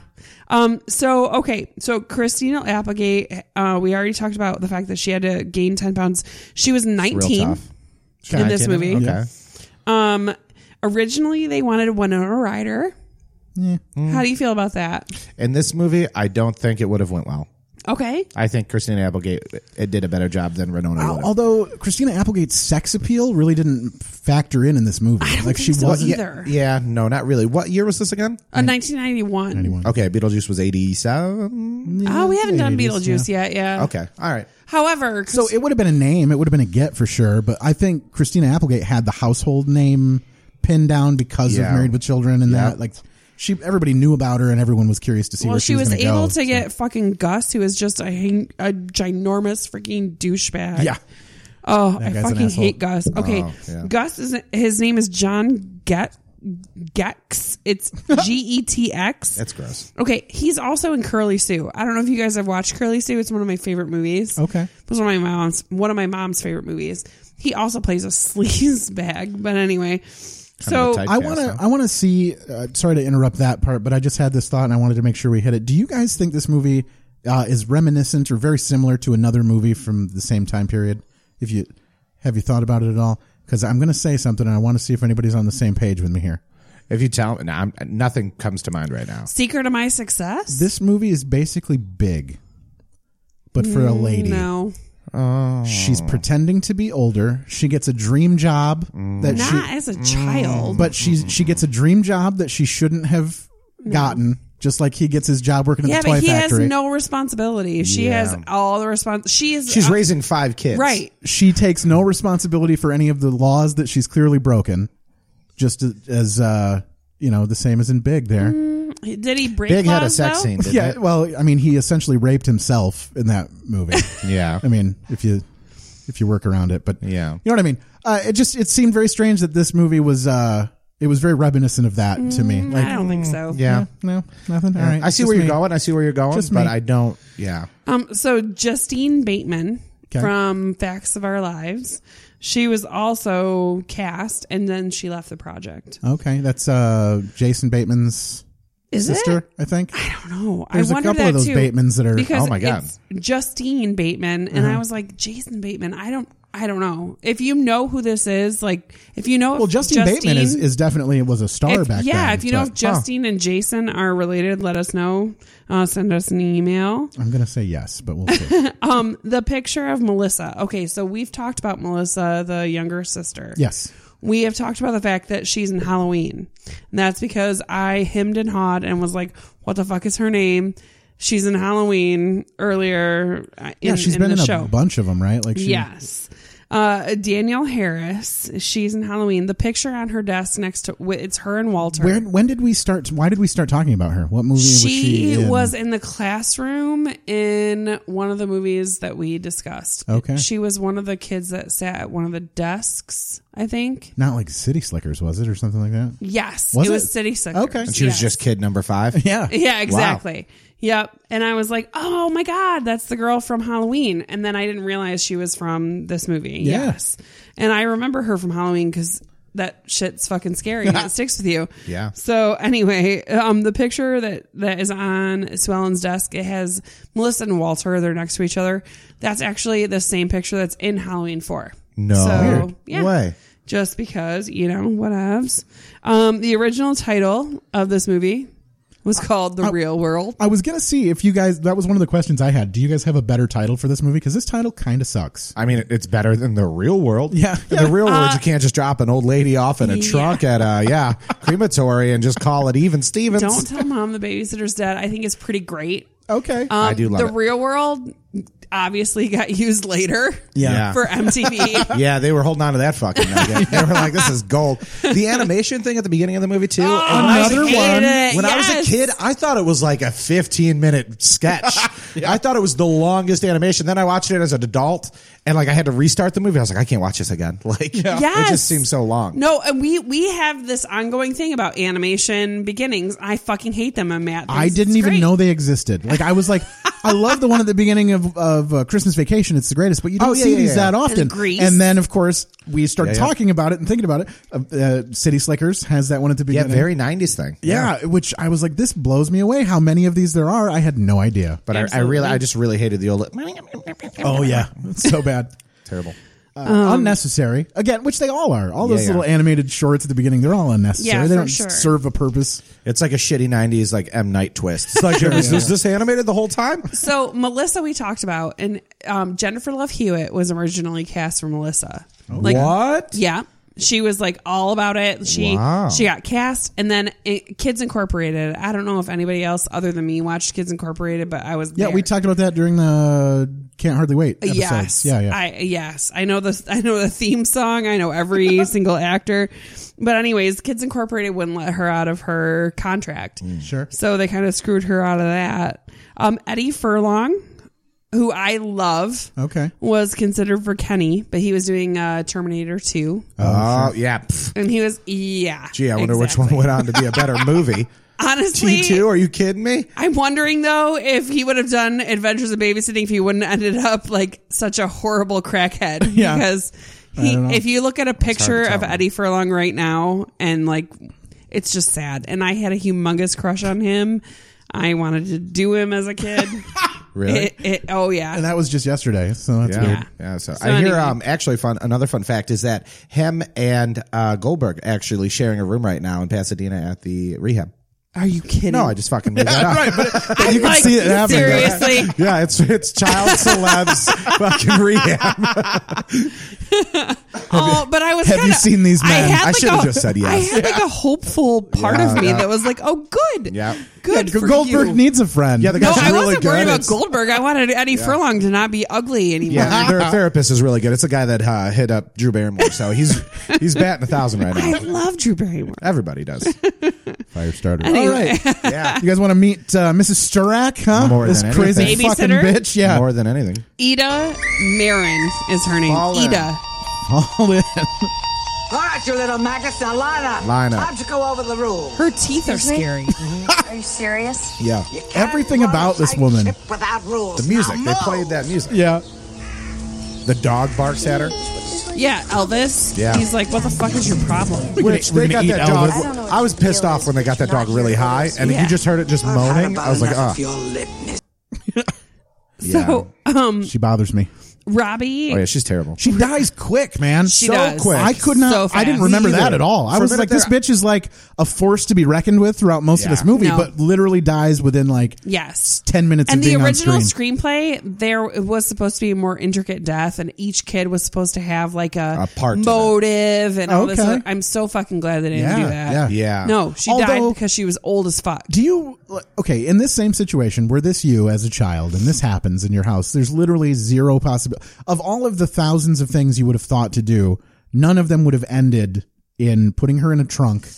Um, so okay, so Christina Applegate, uh, we already talked about the fact that she had to gain ten pounds. She was
Real
nineteen.
tough.
In this movie.
Okay.
Yeah.
Um, originally they wanted a Winona Ryder. How do you feel about that?
In this movie, I don't think it would have went well.
Okay.
I think Christina Applegate it did a better job than Renona.
Al-
would have.
Although Christina Applegate's sex appeal really didn't factor in in this movie. like she
think so
wasn't.
either.
yeah, no, not really. What year was this again?
Uh, 1991.
Okay, Beetlejuice was eighty-seven.
Oh, we haven't done
80s,
Beetlejuice yet. Yeah.
Okay, all right.
However,
So it would have been a name. It would have been a get for sure. But I think Christina Applegate had the household name pinned down because
Yeah.
of Married with Children and that. Like she, everybody knew about her, and everyone was curious to see
well,
where
she was
gonna
able
go,
to
so-
get fucking Gus, who is just a hang- a ginormous freaking douchebag.
Yeah.
Oh, I
guy's an
fucking
asshole.
hate Gus. Okay,
yeah.
Gus is his name is John Get Gex. It's G E T X.
That's gross.
Okay, he's also in Curly Sue. I don't know if you guys have watched Curly Sue. It's one of my favorite movies.
Okay.
It was one of my mom's one of my mom's favorite movies. He also plays a sleaze bag, but anyway. So
type.
I want to. I want to see. Uh, sorry to interrupt that part, but I just had this thought, and I wanted to make sure we hit it. Do you guys think this movie uh, is reminiscent or very similar to another movie from the same time period? If you have you thought about it at all? Because I'm going to say something, and I want to see if anybody's on the same page with me here.
If you tell, no, I'm, nothing comes to mind right now.
Secret of My Success?
This movie is basically big, but for a lady.
Mm, no.
She's pretending to be older. She gets a dream job that
Not
she Mm,
as a child.
but she's she gets a dream job that she shouldn't have gotten. Just like he gets his job working at
yeah,
the toy
but he
factory.
has no responsibility. She has all the response. She is
She's
uh,
raising five kids,
right.
she takes no responsibility for any of the laws that she's clearly broken. Just as uh, you know, the same as in Big there.
Mm. Did he break
Big had a
laws,
sex
though?
scene. Didn't
Yeah,
it?
well, I mean, he essentially raped himself in that movie.
yeah.
I mean, if you if you work around it, but
Yeah.
you know what I mean. Uh, it just it seemed very strange that this movie was uh, it was very reminiscent of that to me. Like,
I don't think so.
yeah.
no, nothing. All right,
I see
just
where
me.
you're going. I see where you're going,
Just
but
me.
I don't. Yeah,
Um, so Justine Bateman
Okay.
from Facts of Our Lives, she was also cast, and then she left the project.
Okay, that's uh, Jason Bateman's
Is
sister,
it?
I think.
I don't know.
There's
I
a
wondered
couple
that
of those
too,
Batemans that are- oh
Because
oh my God.
Uh-huh.
it's Justine Bateman, and I was like Jason Bateman. I don't. I don't know. If you know who this is, like if you know
Well, Justine, Bateman is, is definitely was a star
if-
back then.
yeah, if you know if
but-
Justine and Jason are related, let us know. Uh, send us an email.
I'm gonna say yes, but we'll see.
Um, the picture of Melissa. Okay, so we've talked about Melissa, the younger sister.
yes.
We have talked about the fact that she's in Halloween. And that's because I hemmed and hawed and was like, what the fuck is her name? She's in Halloween earlier uh, in,
Yeah, she's
in
been
the
in a
show.
bunch of them, right? Like she,
Yes. Uh, Danielle Harris, she's in Halloween. The picture on her desk next to it's her and Walter.
Where, when did we start? Why did we start talking about her? What movie was she
she
in?
was in the classroom in one of the movies that we discussed.
Okay.
She was one of the kids that sat at one of the desks, I think.
not like City Slickers, was it, or something like that?
Yes.
Was
it was
it?
City Slickers.
Okay.
And she was
Yes.
just kid number five.
Yeah,
Yeah, exactly. Yep. And I was like, oh my God, that's the girl from Halloween. And then I didn't realize she was from this movie.
Yeah.
Yes. And I remember her from Halloween because that shit's fucking scary and it sticks with you.
Yeah.
So anyway, um, the picture that, that is on Sue Ellen's desk, it has Melissa and Walter. They're next to each other. That's actually the same picture that's in Halloween 4.
No
So,
Weird.
yeah
way.
just because you know whatevs. Um, the original title of this movie was called
Oh.
"The Real World."
I was gonna see if you guys. That was one of the questions I had. Do you guys have a better title for this movie? Because this title kind of sucks.
I mean, it's better than the real world.
Yeah.
In the real
Uh,
world, you can't just drop an old lady off in a trunk at a yeah crematory and just call it even Stevens.
Don't tell mom the babysitter's dead. I think it's pretty great.
Okay.
I do love
the
it.
Real World obviously got used later.
Yeah.
for MTV.
yeah, they were holding on to that fucking. Nugget. they were like, "This is gold." The animation thing at the beginning of the movie too. and when I was a
Another
kid-
one. it.
When I
Yes.
was a kid, I thought it was like a 15 minute sketch. I thought it was the longest animation. Then I watched it as an adult, and like I had to restart the movie. I was like, "I can't watch this again." Like,
Yes.
it just seems so long.
No, and we we have this ongoing thing about animation beginnings. I fucking hate them. And Matt,
I
thinks
didn't
it's
even
great.
know they existed. Like I was like, I love the one at the beginning of of uh, Christmas Vacation. It's the greatest, but you don't
Oh, yeah,
see
yeah,
these
yeah.
that often.
And Grease.
then of course we start
Yeah, yeah.
talking about it and thinking about it. Uh, uh, City Slickers has that one at the
Yeah,
beginning.
very 90s thing.
Yeah, which I was like, this blows me away. How many of these there are? I had no idea.
But I, I really, I just really hated the old.
Oh yeah, so bad,
terrible.
uh,
Um,
unnecessary again. Which they all are. All those
Yeah, yeah.
little animated shorts at the beginning, they're all unnecessary.
Yeah,
they
for
don't
sure.
serve a purpose.
It's like a shitty '90s like M Night twist. It's like is, is this animated the whole time?
So Melissa, we talked about, and um, Jennifer Love Hewitt was originally cast for Melissa. Like,
what?
Yeah, she was like all about it. She
Wow.
she got cast, and then it, Kids Incorporated. I don't know if anybody else other than me watched Kids Incorporated, but I was
Yeah,
there.
we talked about that during the Can't Hardly Wait. Episodes.
Yes,
yeah, yeah.
I, yes, I know the I know the theme song. I know every single actor. But anyways, Kids Incorporated wouldn't let her out of her contract.
Mm.
sure.
So they kind of screwed her out of that. Um, Eddie Furlong, who I love,
Okay.
was considered for Kenny, but he was doing uh, Terminator 2.
Oh yeah. Pff.
And he was, yeah.
Gee, I wonder which
exactly.
one went on to be a better movie. T two?
Honestly,
Are you kidding me?
I'm wondering though if he would have done Adventures of Babysitting if he wouldn't ended up like such a horrible crackhead.
Yeah.
Because he, if you look at a picture of Eddie Furlong right now and like, it's just sad. And I had a humongous crush on him. I wanted to do him as a kid.
Really?
It, it, oh yeah.
And that was just yesterday, so that's
yeah.
weird.
Yeah, so,
So
I hear
anyway.
um actually fun another fun fact is that him and uh, Goldberg actually sharing a room right now in Pasadena at the rehab.
Are you kidding?
No, I just fucking made that up.
you can
see it happening.
Seriously.
Yeah, it's it's child celebs fucking rehab.
Oh, but I was.
Have you
kinda-
seen these
I
men?
had
I
like
should've
a-
just said yes.
I had like a hopeful part
Yeah,
of me
yeah.
that was like, "Oh, good,
Yeah.
good."
Yeah,
for
Goldberg
you.
needs a friend.
Yeah, the
No,
guy's
I
really
wasn't
good.
worried about
It's-
Goldberg. I wanted Eddie Furlong to not be ugly anymore.
Yeah, their therapist is really good. It's the guy that uh, hit up Drew Barrymore, so he's he's batting a thousand right
I
now.
love Drew Barrymore.
Everybody does.
fire starter.
Anyway.
All right.
Yeah,
You guys want to meet uh, Mrs. Starak, huh?
More
this
than
crazy
anything.
fucking
Babysitter?
bitch. Yeah.
more than anything.
Ida Marin is her name.
All in.
Ida.
All in.
All right, you little maggots, now line up.
Line up.
Time to go over the rules.
Her teeth are scary.
Are you serious?
Yeah,
You can't
Everything
run a
about this
tight
woman.
ship Without rules.
the music
Now
they
move.
played that music.
Yeah.
The dog barks at her.
Yeah, Elvis.
Yeah.
He's like, "What the fuck is your problem?"
Which
we're
they got
gonna
that
eat
dog.
Elvis.
don't know what
I was
the deal
pissed off
is.
when they got that
She's
dog
not
really
here for
high,
this.
and
Yeah.
you just heard it just
I've had
moaning.
ah.
about
I was like,
enough
ah,
of your lipness.
So
She bothers me.
Robbie.
Oh yeah, she's terrible.
She dies quick, man.
She
so
does.
quick. I could not.
So
I didn't
fast.
remember
Me
that
either.
at all. I
For a
was
minute
like, this
there, I-
bitch is like a force to be reckoned with throughout most of
Yeah.
this movie,
No.
but literally dies within like
Yes.
10 minutes
And
of
the
being on
original
screen.
screenplay, there was supposed to be a more intricate death, and each kid was supposed to have like a,
A part in it.
motive and all this.
Okay.
other- I'm so fucking glad they didn't
Yeah,
do that.
yeah.
Yeah.
No, she died
Although-
because she was old as fuck.
Do you okay in this same situation? Were this you as a child, and this happens in your house? There's literally zero possibility of all of the thousands of things you would have thought to do. None of them would have ended in putting her in a trunk,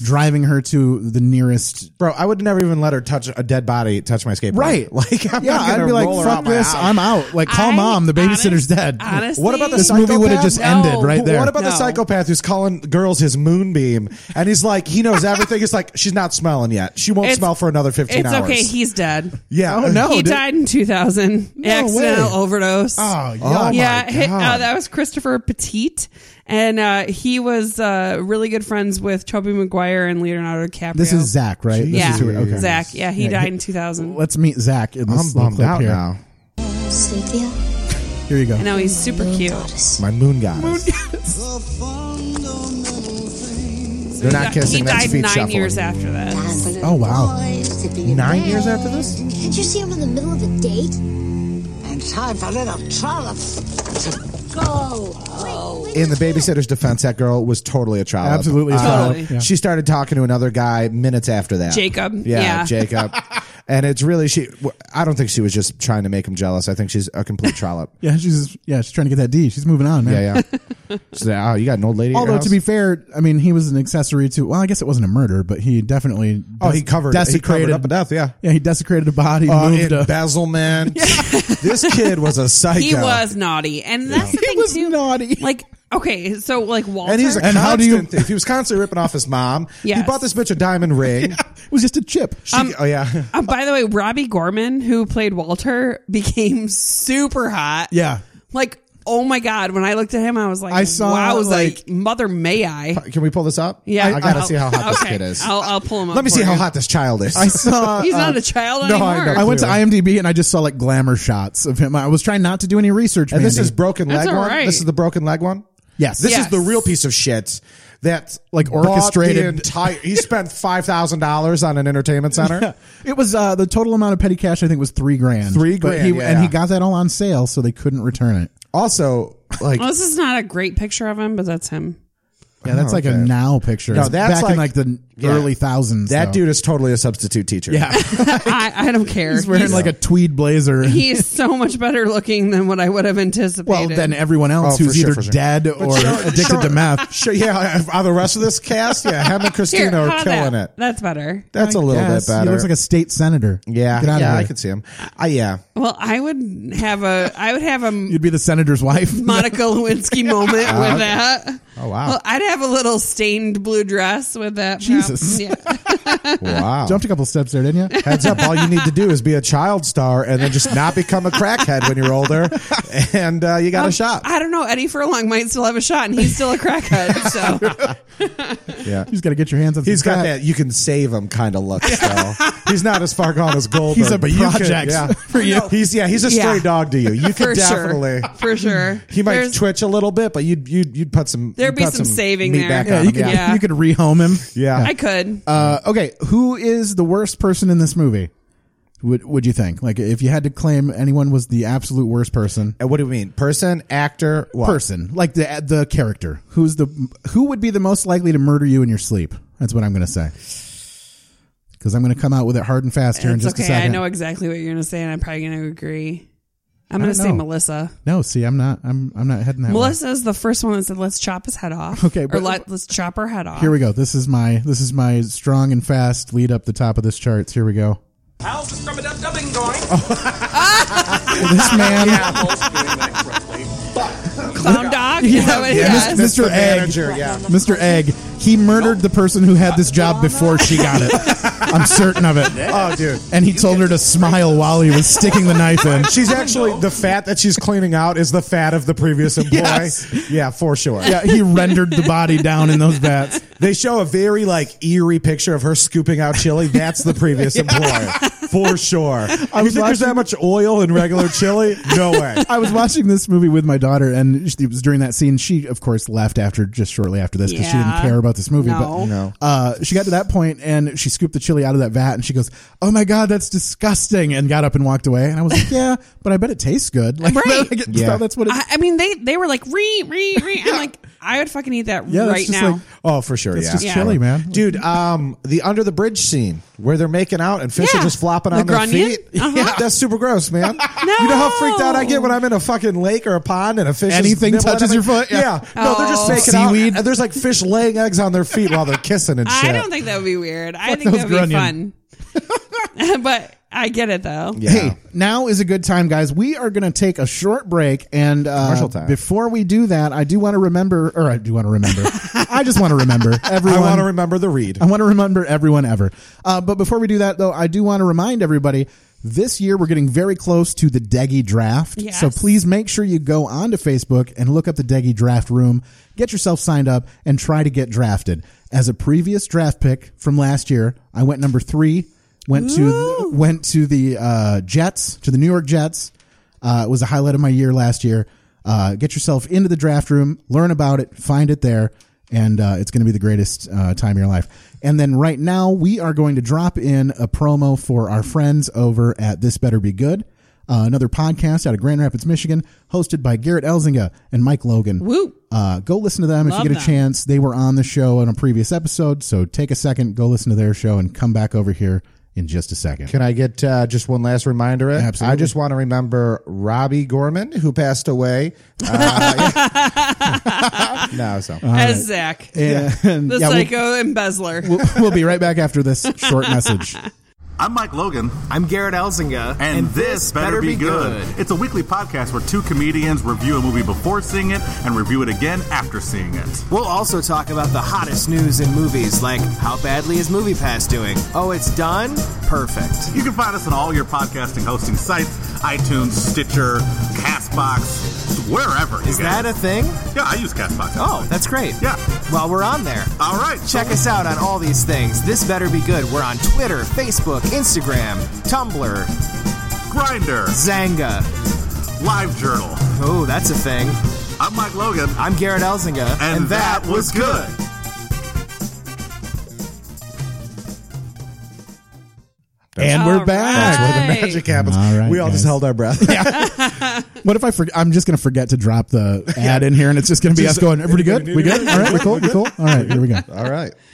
driving her to the nearest
Bro, I would never even let her touch a dead body touch my skateboard.
Right.
Like, I'm
yeah,
not
I'd
gonna
be like,
roll her
fuck
out my
this,
house.
I'm out. Like, call
I-
mom, the babysitter's
honest-
dead.
honestly-
what about this
Honestly,
movie? Would have just
no.
ended right
But
there.
What about the
No.
psychopath who's calling girls his moonbeam? And he's like, he knows everything. It's like, she's not smelling yet. She won't
It's-
smell for another 15
It's
hours.
okay. He's dead.
yeah.
Oh, no.
he
dude.
died in 2000. accidental
way.
overdose.
Oh, yuck.
Oh,
yeah,
my
hi-
God.
uh, that was Christopher Petit, and uh, he was uh, really good friends with Toby Maguire and Leonardo DiCaprio.
This is Zach, right? This
yeah,
is who- okay.
Zach. Yeah, he
Yeah,
died
he-
in 2000.
Let's meet Zach in this
I'm
little
bummed
clip
out
here.
now.
Cynthia,
Here you
I
go.
know he's super cute.
goddess.
My moon goddess. They're not
he
kissing. That's
died
feet
nine
shuffling.
years after that.
Oh, wow.
Nine years after this?
Can't you see him in the middle of a date?
And time for little trollop to go.
In the babysitter's defense, that girl was totally a child.
Absolutely.
Uh,
Totally.
Yeah.
She started talking to another guy minutes after that.
Jacob.
Yeah,
Yeah.
Jacob. and it's really, she. I don't think she was just trying to make him jealous. I think she's a complete trollop.
Yeah, she's yeah, she's trying to get that D. She's moving on, man.
Yeah, yeah. She's like, oh, you got an old lady. at your
Although
house?
to be fair, I mean, he was an accessory to. Well, I guess it wasn't a murder, but he definitely.
oh,
des-
he covered he
desecrated
covered up a death. Yeah,
Yeah, he desecrated a body.
Uh,
moved a,
embezzlement. this kid was a psycho.
He was naughty, and that's the
He
thing
was
too.
naughty.
Like okay, so like Walter.
And he's a
And
constant
how do you-
thief. He was constantly ripping off his mom. He
Yes.
bought this bitch a diamond ring.
it was just a chip.
She- oh yeah.
Uh, by the way, Robbie Gorman, who played Walter, became super hot.
yeah,
Like, oh my God. When I looked at him, I was like,
I saw,
wow, I was
like-
like, mother, may I?
Can we pull this up?
Yeah.
I, gotta
I'll-
see how hot
okay,
this kid is.
I'll, I'll pull him up.
Let me
for
see how
you.
hot this child is.
I saw.
He's not a child
no, I
anymore.
know.
I went to
Clearly.
IMDb and I just saw like glamour shots of him. I was trying not to do any research.
and this
Mandy.
is broken
That's
leg
all
one.
right.
This is the broken leg one.
yes.
This
Yeah.
is the real piece of shit that
Like
bought the
orchestrated-
entire. He spent five thousand dollars on an entertainment center.
It was uh, the total amount of petty cash. I think was three grand. Oh,
Three
But
grand,
he,
yeah.
and he got that all on sale, so they couldn't return it.
Also, like
Well, this is not a great picture of him, but that's him.
Yeah, that's like a
okay.
now picture.
No,
It's
that's
back in like
like-
the
Yeah.
early thousands.
that
though.
dude is totally a substitute teacher.
Yeah,
I, I don't care.
he's wearing like a tweed blazer.
He is so much better looking than what I would have anticipated.
well, than everyone else
Oh, for
who's
sure,
either
for sure.
dead or addicted to meth.
Sure, yeah, are the rest of this cast? Yeah, him and
Here,
Christina
how
are
about
killing
that?
it.
That's better.
That's a
I
little
guess.
bit better.
He looks like a state senator.
yeah,
Get out
yeah,
of here.
I could see him. I yeah,
Well, I would have a, I would have a
You'd be the senator's wife.
Monica Lewinsky moment with
Ah,
that.
Oh, wow.
Well, I'd have a little stained blue dress with that. prob-
Jesus.
Yeah.
wow.
Jumped a couple steps there, didn't you?
Heads up, all you need to do is be a child star and then just not become a crackhead when you're older, and uh, you got a shot.
Um, I don't know. Eddie Furlong might still have a shot, and he's still a crackhead. So
Yeah.
You just got to get your hands on.
He's
some
got
crack.
that you can save him kind of look still. he's not as far gone as Goldberg.
He's a
but you
project
can, yeah.
for you.
He's yeah, he's a stray
Yeah.
dog to you. You
for
could definitely.
sure, for sure,
He might
There's-
twitch a little bit, but you'd you'd you'd put some
There'd be
you'd put
some saving
meat
there.
Back
Yeah,
on
you
him,
could
Um, Yeah.
you could rehome him.
yeah.
I could.
Uh, okay, who is the worst person in this movie? Would would you think? Like, if you had to claim anyone was the absolute worst person,
And what do you mean? Person, actor, what?
person like the the character, who's the who would be the most likely to murder you in your sleep? That's what I'm going to say. Because I'm going to come out with it hard and fast here in
It's
just a
okay. I
second.
know exactly what you're gonna say, and I'm probably gonna agree. I'm gonna
don't
say
know.
Melissa.
no, see, I'm not. I'm I'm not heading that way.
Melissa is the first one that said, "Let's chop his head off."
Okay,
or
but-
let, let's chop her head off.
Here we go. This is my this is my strong and fast lead up the top of this charts. Here we go.
How's the scrum dub dubbing going?
Oh. This man,
Clown dog. Is that what it
Mis-
is?
Mr. Egg,
Manager, yeah.
Mr. Egg, he murdered the person who had this job before she got it. I'm certain of it.
Oh, dude.
And he told her to smile while he was sticking the knife in.
She's actually the fat that she's cleaning out is the fat of the previous employee.
Yes.
Yeah, for sure.
Yeah, he rendered the body down in those vats.
They show a very like eerie picture of her scooping out chili. That's the previous employer. for sure. I you
was
think there's
watching-
that much oil in regular chili? No way.
I was watching this movie with my daughter, and she- it was during that scene. She, of course, left after just shortly after this because she didn't
Yeah.
care about this movie. But
No.
No.
uh, she got to that point, and she scooped the chili out of that vat, and she goes, "Oh my god, that's disgusting!" and got up and walked away. And I was like, "Yeah, but I bet it tastes good." Like,
Right.
like,
Yeah.
so that's what it,
I, I mean, they they were like re re re. I'm like, I would fucking eat that
Yeah, that's
right
just
now.
like-
Oh, for sure.
That's
yeah.
just
Yeah.
chili, man.
Dude, um, the under the bridge scene where they're making out and fish
Yeah. Uh-huh.
are just flopping on
The
their
grunion?
feet. Yeah, that's super gross, man. You know how freaked out I get when I'm in a fucking lake or a pond and a fish is
Anything
nibbling
touches
at
your
my-
foot?
Yeah.
Yeah.
No, they're just
Oh.
making out.
Seaweed?
And there's like fish laying eggs on their feet while they're kissing and shit.
I don't think that would be weird. I think
those
that would be
grunion.
fun. but I get it though.
yeah.
Hey, now is a good time, guys. We are going to take a short break, and uh,
Commercial time.
before we do that, I do want to remember, or I do want to remember. I just want to remember
I
everyone.
want to remember the read.
I want to remember everyone ever. Uh, but before we do that, though, I do want to remind everybody this year we're getting very close to the Deggy Draft.
Yes.
So please make sure you go onto Facebook and look up the Deggy Draft Room, get yourself signed up, and try to get drafted. As a previous draft pick from last year, I went number three. Went to went to the uh, Jets to the New York Jets. Uh, it was a highlight of my year last year. Uh, get yourself into the draft room, learn about it, find it there, and uh, it's going to be the greatest uh, time of your life. And then right now, we are going to drop in a promo for our friends over at This Better Be Good, uh, another podcast out of Grand Rapids, Michigan, hosted by Garrett Elzinga and Mike Logan.
Woo.
Uh, go listen to them if
Love
you get a
them.
chance. They were on the show on a previous episode, so take a second, go listen to their show, and come back over here in just a second.
Can I get uh, just one last reminder? In?
Absolutely.
I just want to remember Robbie Gorman, who passed away. Uh, no, so.
As Zach,
And-
the
yeah, we'll-
psycho embezzler.
we'll, we'll be right back after this short message.
I'm Mike Logan.
I'm Garrett Elzinga,
And, this better, be good. It's a weekly podcast where two comedians review a movie before seeing it and review it again after seeing it.
We'll also talk about the hottest news in movies, like how badly is MoviePass doing? Oh, it's done? Perfect.
You can find us on all your podcasting hosting sites iTunes, Stitcher, Castbox, wherever. you
Is that a
guys.
thing?
Yeah, I use Castbox.
Oh, that's great.
Yeah.
Well, we're on there.
All right.
Check us out on all these things. This better be good. We're on Twitter, Facebook, Instagram, Tumblr,
Grinder,
Zanga.
Live Journal.
Oh, that's a thing.
I'm Mike Logan.
I'm Garrett Elzinga,
and, that, was good.
And
All
we're
right.
back.
That's where the
Right.
magic happens.
All right,
we all
guys.
just held our breath.
What if I forget? I'm just going to forget to drop the ad in here, and it's just going to be us going, everybody good? We good? All right, we're cool? We're cool? All right, here we go.
All right.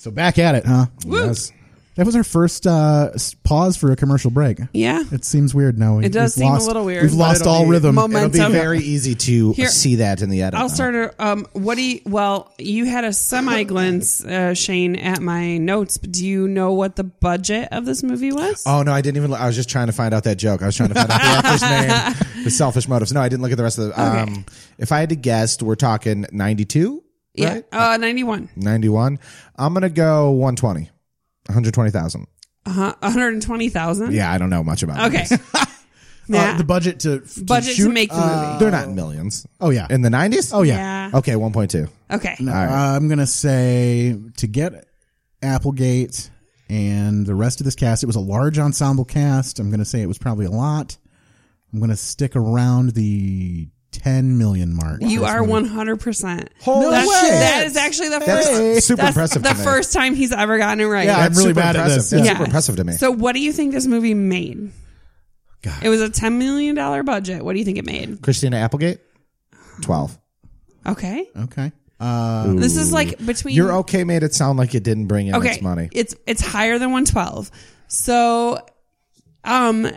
So back at it, huh?
Yes.
That was our first uh, s- pause for a commercial break.
Yeah.
It seems weird now. We,
It does
we've
seem a
lost-
little weird.
We've
But
lost
it'll
all
be-
rhythm.
Momentum.
It'll be very easy to
Here-
see that in the edit.
I'll
though.
start. uh, Um, what do you? Well, you had a semi glance, uh, Shane, at my notes. But do you know what the budget of this movie was?
Oh no, I didn't even. Look. I was just trying to find out that joke. I was trying to find out the author's name, the selfish motives. No, I didn't look at the rest of the. Um, If I had to guess, we're talking ninety-two,
yeah,
right?
uh, ninety-one,
Ninety-one. I'm gonna go one twenty. 120,000.
uh, one hundred twenty thousand.
Yeah, I don't know much about
Okay.
movies.
Matt,
Uh, the budget to, to
budget
shoot?
to make the movie.
Uh, They're not in millions.
Oh, yeah.
In the 90s?
Oh, yeah.
yeah.
Okay, 1.2.
Okay.
Uh, I'm going to say to get Applegate and the rest of this cast, it was a large ensemble cast. I'm going to say it was probably a lot. I'm going to stick around the 10 million mark.
You
That's
are
what-
one hundred percent.
Holy
That's,
shit.
that is actually the
That's
first.
super
that's
impressive
The
to me.
first time he's ever gotten it right.
Yeah, I'm
That's
really
super
bad at
impressive.
this.
That's
Yeah.
super impressive to me.
So, what do you think this movie made?
God.
It was a ten million dollar budget. What do you think it made?
Christina Applegate? 12.
Okay,
Okay. Uh,
this is like between
You're okay made it sound like it didn't bring in its money.
It's it's higher than 112. So um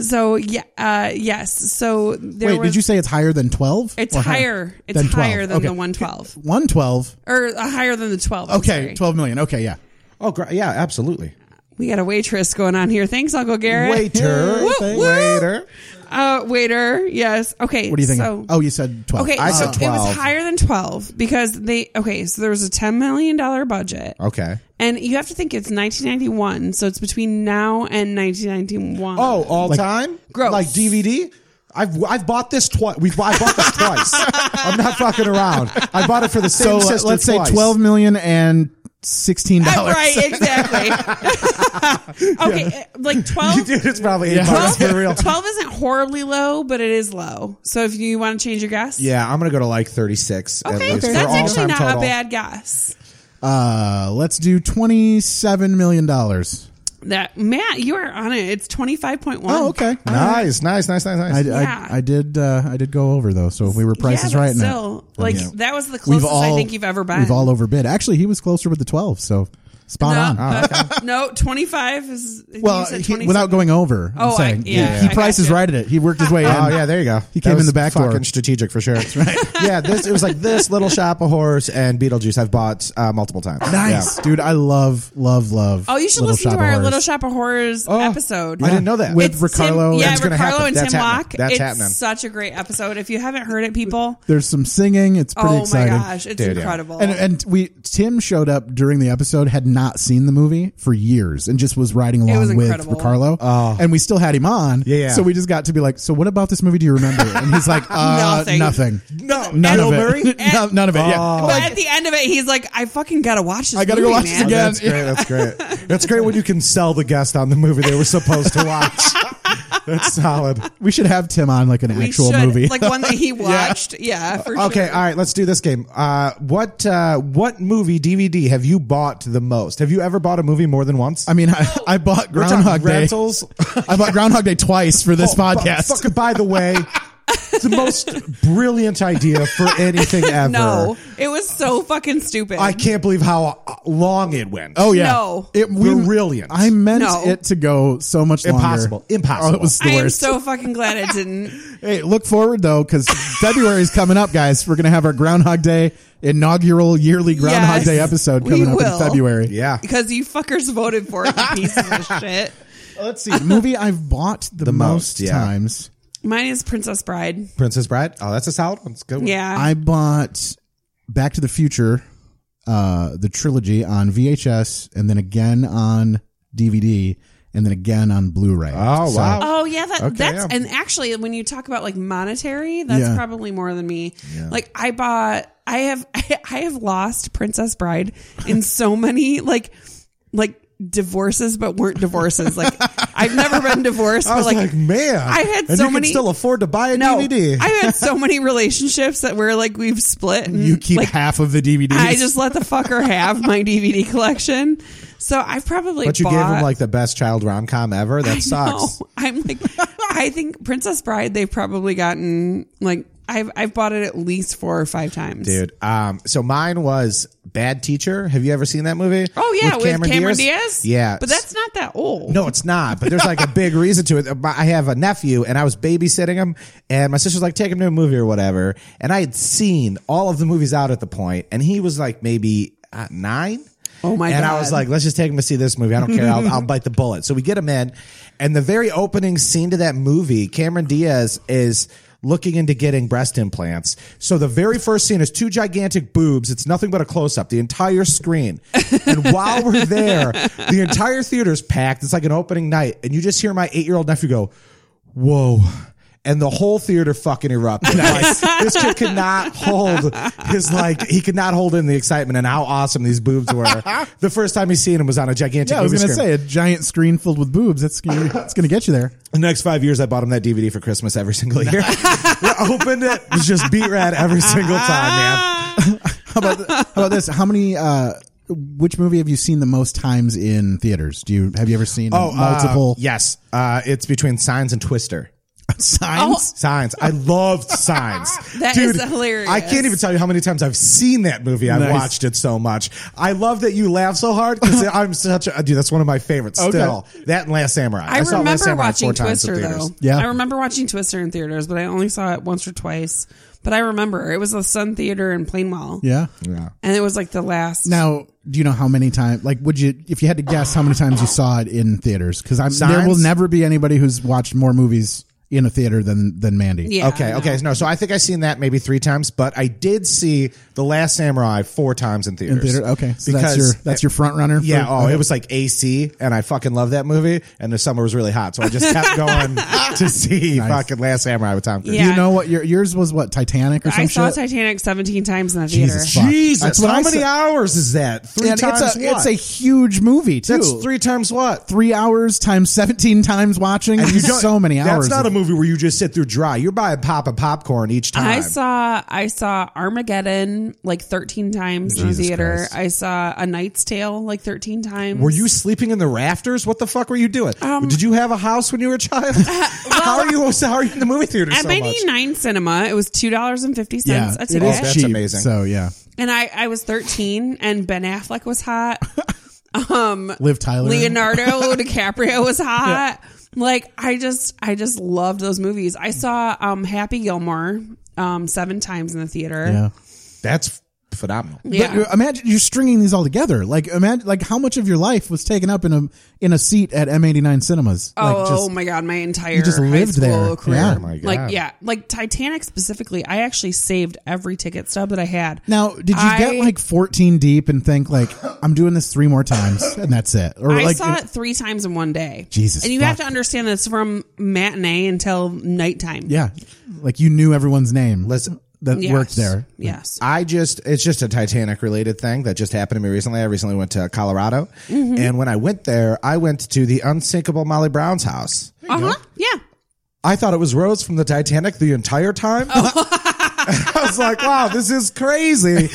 so yeah uh yes. So there
wait,
was,
did you say it's higher than 12?
it's
Or
higher. It's
than 12?
higher than
Okay.
the 112
112?
or uh, higher than the 12. I'm
Okay,
sorry.
12 million. Okay, yeah.
Oh, gr- yeah, absolutely.
We got a waitress going on here. Thanks Uncle Garrett.
Waiter.
Woo,
Thank-
woo.
Waiter.
Uh waiter. Yes. Okay.
What do you think?
So,
oh, you said 12.
Okay,
I
so
said
it was
12.
higher than 12 because they okay, so there was a 10 million dollar budget.
Okay.
And you have to think it's 1991, so it's between now and 1991.
Oh, all time?
Gross.
Like DVD? I've I've bought this twice. We've I bought this twice. I'm not fucking around. I bought it for the same
So uh,
sister
let's say
twice.
12 million and sixteen dollars.
Right, exactly. okay, like 12,
Dude, it's probably eight bucks
12,
for real.
12 isn't horribly low, but it is low. So if you want to change your guess,
Yeah, I'm gonna go to like 36. at
okay,
least, for
that's actually
all-time
not
total.
a bad guess.
Uh, let's do twenty seven million dollars.
That Matt, you are on it. It's twenty five point one.
Oh, okay.
Nice, nice, nice, nice,
I,
nice.
Uh, Yeah.
I, I did uh, I did go over though, so we were prices right now.
still, like
Yeah.
that was the closest I think you've ever been.
We've all overbid. Actually, he was closer with the twelve, so spot
no, uh,
on.
but- no, twenty five is you
well,
said
he,
27.
withat going over, I'm
Oh, I-
saying
yeah,
he,
I
he prices
gotcha.
righted it. He worked his way in.
Oh yeah, there you go.
He came in
was
the back door.
Fucking strategic for sure. That's right. yeah, this it was like this little shop of horrors and Beetlejuice. I've bought uh, multiple times.
Nice,
Yeah.
dude. I love, love, love.
Oh, you should
Little
listen
Shop
to
of
our
Horrors. Oh,
Little Shop of Horrors episode.
I didn't know that.
With
It's
Ricardo
Tim,
and-
yeah,
That's
gonna
Ricardo
happen.
and
That's
Tim
happening.
Locke.
That's
it's
happening.
such a great episode. If you haven't heard it, people,
There's some singing. It's pretty
oh my
exciting.
gosh, it's
Dude, yeah.
incredible.
And, uh, and we Tim showed up during the episode, had not seen the movie for years, and just was riding along
was
with
incredible.
Ricardo. Oh. And we still had him on.
Yeah, yeah.
So we just got to be like, so what about this movie do you remember? And he's like, uh,
Nothing.
nothing.
No.
None
Bill
of it.
Murray?
none, none of it. Yeah.
Oh.
but at the end of it, he's like, "I fucking gotta watch this.
I gotta go
movie,
watch
man.
this again.
Oh, That's great. That's great. That's great when you can sell the guest on the movie they were supposed to watch. That's solid.
We should have Tim on like an
We
actual
should,
movie.
like one that he watched. yeah. for sure.
Okay, all right. Let's do this game. Uh, what uh, what movie DVD have you bought the most? Have you ever bought a movie more than once?
I mean, I, I bought
We're talking
Groundhog Day.
rentals.
I bought Groundhog Day twice for this
Oh, bu-
podcast.
fuck, by the way, it's the most brilliant idea for anything ever.
No, it was so fucking stupid.
I can't believe how uh, long it went.
Oh yeah,
No.
it we
Brilliant.
I meant
No.
it to go so much longer.
Impossible. Impossible.
Oh, it was the
I am
worst.
so fucking glad it didn't.
hey, look forward though, because February is coming up, guys. We're gonna have our Groundhog Day inaugural yearly Groundhog
Yes,
Day episode
we
coming up
will.
in February.
yeah.
Because you fuckers voted for it, you pieces of shit.
Let's see. Movie I've bought the, most,
most, yeah.
times.
Mine is Princess Bride.
Princess Bride. Oh, that's a solid one. It's a good. One.
Yeah.
I bought Back to the Future, uh, the trilogy on VHS, and then again on DVD, and then again on Blu-ray.
Oh
So-
wow.
Oh yeah, that,
Okay,
that's
yeah.
and actually when you talk about like monetary, that's
Yeah.
probably more than me. Like I bought, I have, I have lost Princess Bride in so many like, like divorces, but weren't divorces. Like I've never been divorced,
I
but
was like, "Mm,
like,
man.
I've had
and
so
you
many-
Can still afford to buy a
no,
DVD.
I've had so many relationships that were like we've split. And,
you keep
like,
half of the DVDs.
I just let the fucker have my DVD collection. So I've probably
but you
bought,
gave him like the best child rom com ever. That sucks.
No, I'm like, I think Princess Bride. They've probably gotten like I've I've bought it at least four or five times,
Dude, um, so mine was Bad Teacher. Have you ever seen that movie?
Oh yeah, with Cameron, Diaz.
Yeah,
but that's not that old.
No, it's not. But there's like a big reason to it. I have a nephew, and I was babysitting him, and my sister's like, "Take him to a movie or whatever." And I had seen all of the movies out at the point, and he was like maybe uh, nine.
Oh, my
And I
God.
was like, "Let's just take him to see this movie. I don't care. I'll, I'll bite the bullet." So we get him in, and the very opening scene to that movie, Cameron Diaz is. Looking into getting breast implants. So the very first scene is two gigantic boobs. It's nothing but a close up, the entire screen. And while we're there, the entire theater's packed. It's like an opening night, and you just hear my eight year old nephew go, "Whoa." And the whole theater fucking erupted. Like, this kid could not hold his like he could not hold in the excitement and how awesome these boobs were. The first time he seen him was on a gigantic.
yeah, I was
movie
gonna
screen.
say a giant screen filled with boobs. That's gonna, that's gonna get you there.
The next five years, I bought him that DVD for Christmas every single year. I opened it, it was just beat red every single time, man.
How about th- how about this? How many? Uh, which movie have you seen the most times in theaters? Do you have you ever seen
Oh,
multiple
uh, yes, uh, it's between Signs and Twister.
Oh.
signs?
Signs. I loved Signs.
That
That
is
is
hilarious.
I can't even tell you how many times I've seen that movie. I've
Nice.
watched it so much. I love that you laugh so hard because I'm such a dude. That's one of my favorites
Okay.
still. That and Last Samurai.
I,
saw Last
remember
Samurai
watching
four times in
Twister
theaters.
though.
Yeah.
I remember watching Twister in theaters, but I only saw it once or twice. But I remember it was the Sun Theater in Plainwell.
Yeah.
Yeah.
and it was like the last.
Now, do you know how many times? Like, would you if you had to guess how many times you saw it in theaters? Because I'm there will
Signs?
never be anybody who's watched more movies in a theater than than Mandy.
Yeah,
okay,
no.
okay. No, so I think I've seen that maybe three times, but I did see The Last Samurai four times in theaters.
In theater, okay. So that's your that's your front runner. for-
Yeah, oh,
okay.
it was like AC, and I fucking love that movie. And the summer was really hot, so I just kept going to see fucking Last Samurai with Tom Cruise.
Yeah.
You know what? Your, yours was what Titanic or some
I
shit.
saw Titanic 17 times in the theater.
Jesus fuck.
Jesus,
That's what
how
I
many
said.
hours is that? Three
And
times
it's a
what?
it's a huge movie too.
That's three times what?
three hours times seventeen times watching.
And you don't-
so many hours.
That's not a movie where you just sit through dry. You're buying pop of popcorn each time.
I saw I saw Armageddon like 13 times in the theater.
Christ.
I saw A Knight's Tale like 13 times.
Were you sleeping in the rafters? What the fuck were you doing?
Um,
Did you have a house when you were a child?
Uh,
how are you? How are you in the movie theater
at
so
Ninety
much?
Nine Cinema, it was two dollars and fifty
yeah,
cents a
it
ticket,
is
That's
cheap.
amazing.
So yeah,
and I, I was thirteen, and Ben Affleck was hot,
Liv Tyler.
Leonardo DiCaprio was hot. Like I just I just loved those movies. I saw um, Happy Gilmore um, seven times in the
Yeah.
theater.
That's phenomenal.
But you- imagine you're stringing these all together. Like imagine like how much of your life was taken up in a in a seat at M89 cinemas.
Oh,
like just,
my god, my entire
just
high
lived
school
there.
career.
Yeah. Oh
my God.
Like yeah, like Titanic specifically, I actually saved every ticket stub that I had.
Now, did you
I-
get like 14 deep and think like I'm doing this three more times and that's it? Or
I
like
saw it three times in one day.
Jesus
And you have
fuck.
to understand that it's from matinee until nighttime.
yeah, like you knew everyone's name.
Listen.
that
Yes.
worked there.
Yes.
I just it's just a Titanic related thing that just happened to me recently. I recently went to Colorado,
Mm-hmm.
and when I went there, I went to the unsinkable Molly Brown's house.
Uh huh. Yeah.
I thought it was Rose from the Titanic the entire time.
Oh.
I was like, wow, this is crazy.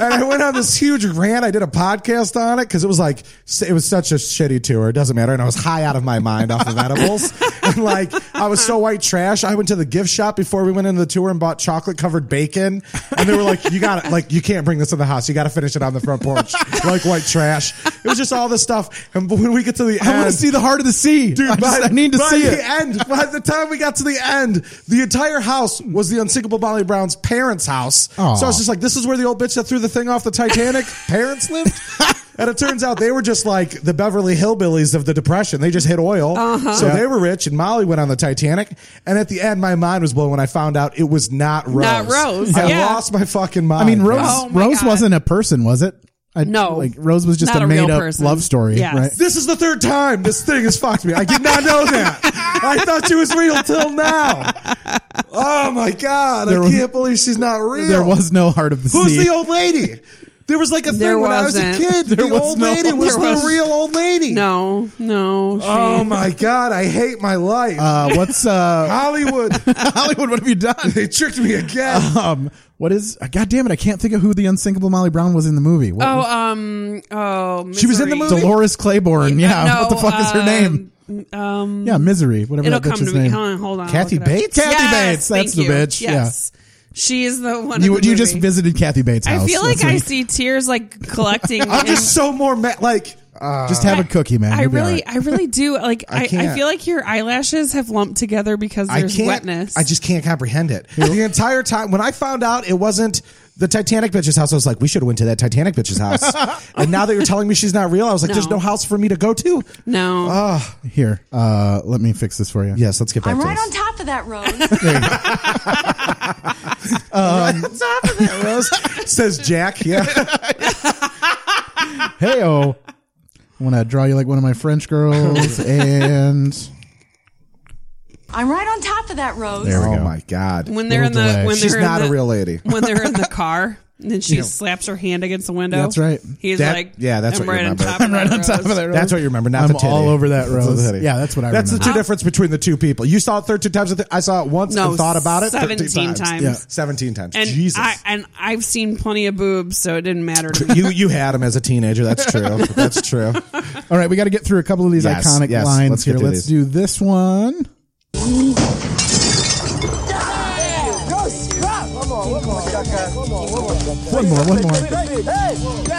and I went on this huge rant. I did a podcast on it because it was like, it was such a shitty tour. It doesn't matter. And I was high out of my mind off of edibles. and like, I was so white trash. I went to the gift shop before we went into the tour and bought chocolate covered bacon. And they were like, you got to, like, you can't bring this in the house. You got to finish it on the front porch. like white trash. It was just all this stuff. And when we get to the
I want
end,
to see the heart of the sea,
Dude,
I,
by,
just- I need to
by
see
the
it.
end, by the time we got to the end, the entire house was the unsinkable Molly Brown's parents' house.
Aw.
So I was just like, "This is where the old bitch that threw the thing off the Titanic parents lived." And it turns out they were just like the Beverly Hillbillies of the Depression. They just hit oil,
Uh-huh.
so they were rich. And Molly went on the Titanic. And at the end, my mind was blown when I found out it was not Rose.
Not Rose,
I
yeah.
lost my fucking
I
mind.
mean, Rose
Oh my
Rose
God.
wasn't a person, was it? I,
No.
like Rose was just
Not
a
a real
made up
person.
love story,
Yes.
right?
This is the third time this thing has fucked me. I did not know that. I thought she was real till now. Oh my god! I
There was-
can't believe she's not real.
There was no heart of the
Who's
sea.
the old lady? There was like a thing
There
when I was a
wasn't.
kid.
There
the
was
old
no-
lady was
there was-
the real old lady.
No. No. she-
Oh my god! I hate my life.
uh, what's uh,
Hollywood.
Hollywood? What have you done?
they tricked me again.
Um, what is? uh, God damn it! I can't think of who the unsinkable Molly Brown was in the movie. What,
Oh. Um. Oh.
She was in the
misery.
movie?
Dolores Claiborne. Yeah,
No,
what the fuck is her
uh,
name?
Um.
Yeah, Misery. Whatever
It'll
that
come
bitch's
to me.
name.
Hold on. Hold on. I'll
Kathy
look it up.
Bates?
Kathy
Yes,
Bates, that's
thank
the
you.
bitch, yeah.
Yes. She is the one.
You
in the
you just
movie.
visited Kathy Bates' house.
I feel like
That's
I
right.
see tears like collecting.
I'm
in-
just so more mad. Like uh,
Just have a cookie, man.
I
You'll be all
really,
right.
I really do. Like, I, I,
can't.
feel like your eyelashes have lumped together because
I
there's
can't.
wetness.
I just can't comprehend it. the entire time when I found out it wasn't the Titanic bitch's house, I was like, we should have went to that Titanic bitch's house. and now that you're telling me she's not real, I was like, there's
No.
no house for me to go to.
no.
Oh,
here. Uh, let me fix this for you.
Yes, let's get back
I'm
to
right
this.
on top of that road.
top of that, Rose. Says Jack. Yeah.
Hey, oh, I want to draw you like one of my French girls, and
I'm right on top of that road.
there we
oh
go.
my God.
when they're in the
Little delay.
when
She's
they're
not
in
a
the,
real lady.
when they're in the car and then she slaps her hand against the window.
That's right.
He's
That-
like,
yeah, that's
I'm
what you
right on
remember.
top. I'm right on top of that. rose."
That's what you remember, not
I'm
the titty.
all over that
That's the
rose.
titty.
Yeah, that's what I
That's the two
remember.
difference between the two people. You saw it 13 times. I thi- I saw it once
No,
and thought about it 13
17 times. Yeah.
17 times.
And
Jesus.
I and I've seen plenty of boobs, so it didn't matter to me.
you you had him as a teenager. That's true. That's true.
All right, we got to get through a couple of these
Yes,
iconic
yes,
lines
let's get
here.
through
Let's
these.
do this one. One more, one more.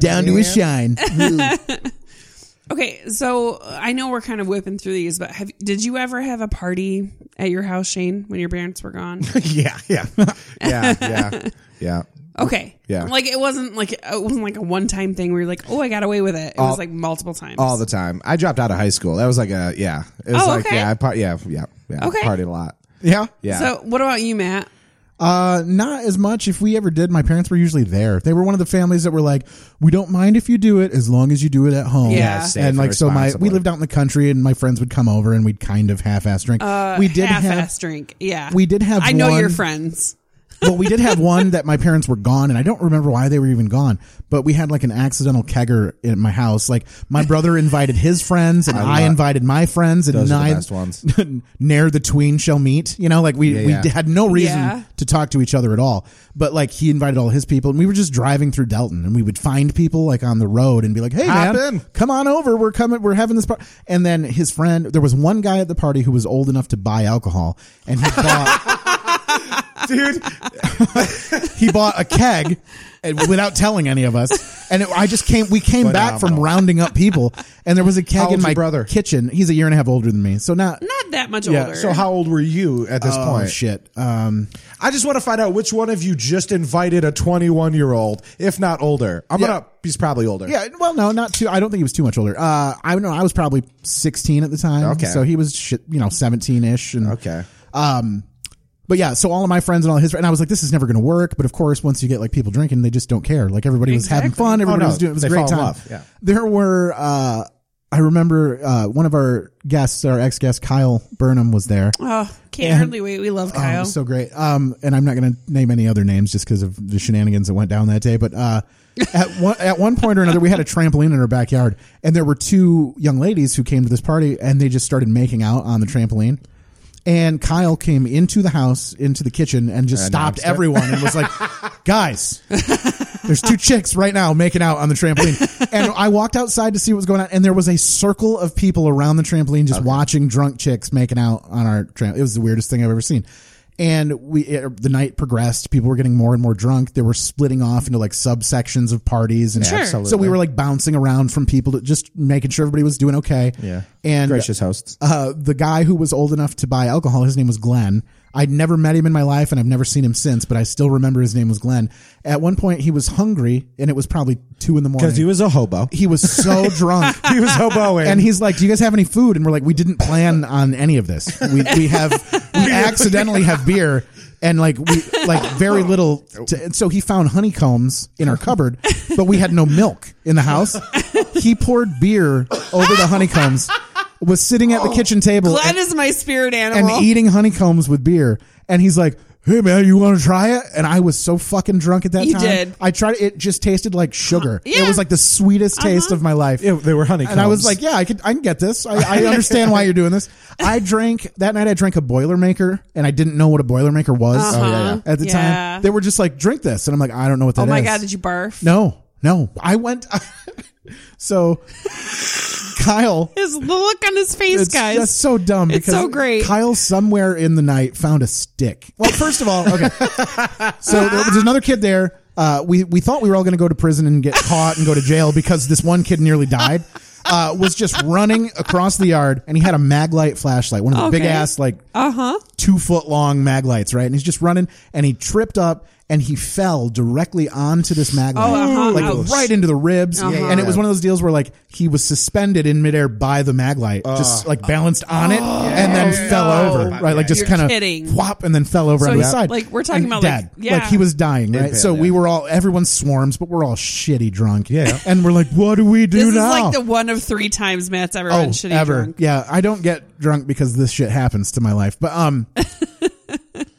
Down to a shine.
Okay, so I know we're kind of whipping through these, but have did you ever have a party at your house, Shane, when your parents were gone?
yeah, yeah, yeah, yeah, yeah.
Okay.
Yeah.
Like it wasn't like it wasn't like a one time thing where you're like, oh, I got away with it. It
All-
was like multiple times.
all the time. I dropped out of high school. That was like a yeah. It was
Oh,
like
okay.
yeah, I par- yeah, yeah, yeah.
Okay.
Partied a lot.
Yeah.
Yeah.
So what about you, Matt?
Uh, not as much. If we ever did, my parents were usually there. They were one of the families that were like, "We don't mind if you do it, as long as you do it at home."
Yeah. Yeah,
safe
and like
and
so, my
responsible.
we lived out in the country, and my friends would come over, and we'd kind of half-ass drink. we did
half
have,
ass drink. Yeah.
we did have
I know
one-
your friends.
well, we did have one that my parents were gone, and I don't remember why they were even gone. But we had like an accidental kegger at my house. Like my brother invited his friends, and I, invited my friends, and
Those are the
neither-
best ones.
ne'er the tween shall meet. You know, like we we
yeah.
had no reason
Yeah.
to talk to each other at all. But like he invited all his people, and we were just driving through Delton, and we would find people like on the road and be like, "Hey
Hop
man,
in."
come on over. We're coming. We're having this party." And then his friend, there was one guy at the party who was old enough to buy alcohol, and he bought.
dude,
he bought a keg and without telling any of us. And it, I just came, we came back from
Phenomenal.
rounding up people and there was a keg
How
in
old's
my
your brother?
kitchen. He's a year and a half older than me. So not,
Not that much
yeah.
older.
So how old were you at this
oh
point?
shit. Um,
I just want to find out which one of you just invited a 21 year old, if not older. I'm
Yeah.
gonna. He's probably older.
yeah, well, no, not too, I don't think he was too much older. Uh, I don't know. I was probably 16 at the time.
Okay.
So he was shit, you know, 17 ish. And
Okay.
Um, but yeah, so all of my friends and all his friends, and I was like, this is never going to work. But of course, once you get like people drinking, they just don't care. Like everybody was having
Exactly.
fun. Everybody
Oh, no,
was doing, it was a
they
great
fall in
time.
love, yeah.
There were, uh, I remember, uh, one of our guests, our ex guest, Kyle Burnham was there.
Oh, can't
And-
hardly wait. We love
Oh, it
Kyle.
was so great. Um, and I'm not going to name any other names just because of the shenanigans that went down that day. But uh, at one at one point or another, we had a trampoline in our backyard, and there were two young ladies who came to this party, and they just started making out on the trampoline. And Kyle came into the house, into the kitchen, and just stopped
Announced it.
everyone and was like, "Guys, there's two chicks right now making out on the trampoline. And I walked outside to see what was going on, and there was a circle of people around the trampoline just watching drunk chicks making out on our trampoline. It was the weirdest thing I've ever seen. And we, it, the night progressed. People were getting more and more drunk. They were splitting off into like subsections of parties, and
Sure.
so we were like bouncing around from people to just making sure everybody was doing okay.
Yeah.
and
Gracious hosts.
uh, the guy who was old enough to buy alcohol, his name was Glenn. I'd never met him in my life and I've never seen him since, but I still remember his name was Glenn. At one point, he was hungry and it was probably two in the morning.
Because he was a hobo.
He was so drunk.
He was hoboing.
And he's like, Do you guys have any food? And we're like, We didn't plan on any of this. We, we have, we accidentally have beer and like, we, like very little. To, and so he found honeycombs in our cupboard, but we had no milk in the house. He poured beer over the honeycombs, was sitting at the kitchen table.
Glenn
and-
is my spirit
and
animal.
eating honeycombs with beer. And he's like, "Hey man, you want to try it?" And I was so fucking drunk at that
You
time.
did.
I tried it. It just tasted like sugar.
Yeah. Uh-huh.
It was like the sweetest taste of my life.
Ew, they were honeycombs.
And I was like, "Yeah, I could. I can get this. I, I understand why you're doing this." I drank that night. I drank a Boilermaker, and I didn't know what a Boilermaker was Oh, at the
Uh-huh. Yeah.
time. They were just like, "Drink this," and I'm like, "I don't know what that
oh
is."
my god, did you barf?
No, no. I went. so, Kyle
His the look on his face,
it's
guys.
just so dumb.
It's
Because
so great.
Kyle somewhere in the night found a stick. Well, first of all, okay. so there was another kid there. Uh, we we thought we were all going to go to prison and get caught and go to jail because this one kid nearly died. Uh, was just running across the yard and he had a mag light flashlight, one of the
Okay.
big
Uh-huh.
ass like two foot long mag lights, right? And he's just running and he tripped up and he fell directly onto this mag light,
uh-huh.
like
Ouch.
right into the ribs.
Uh-huh.
And it was
yeah.
one of those deals where like he was suspended in midair by the mag light, just like balanced on it and then fell over, right? Like just
You're
kind
kidding.
of whop and then fell over
So
on the
he's-
side.
like, we're talking
And
about, like,
dead.
yeah.
he was dying, right? so we were all everyone swarms, but we're all shitty drunk. Yeah, and we're like, what do we do
this is
now?
like the one of three times Matt's ever
Oh,
been shitty drunk.
Yeah, I don't get drunk because this shit happens to my life. But um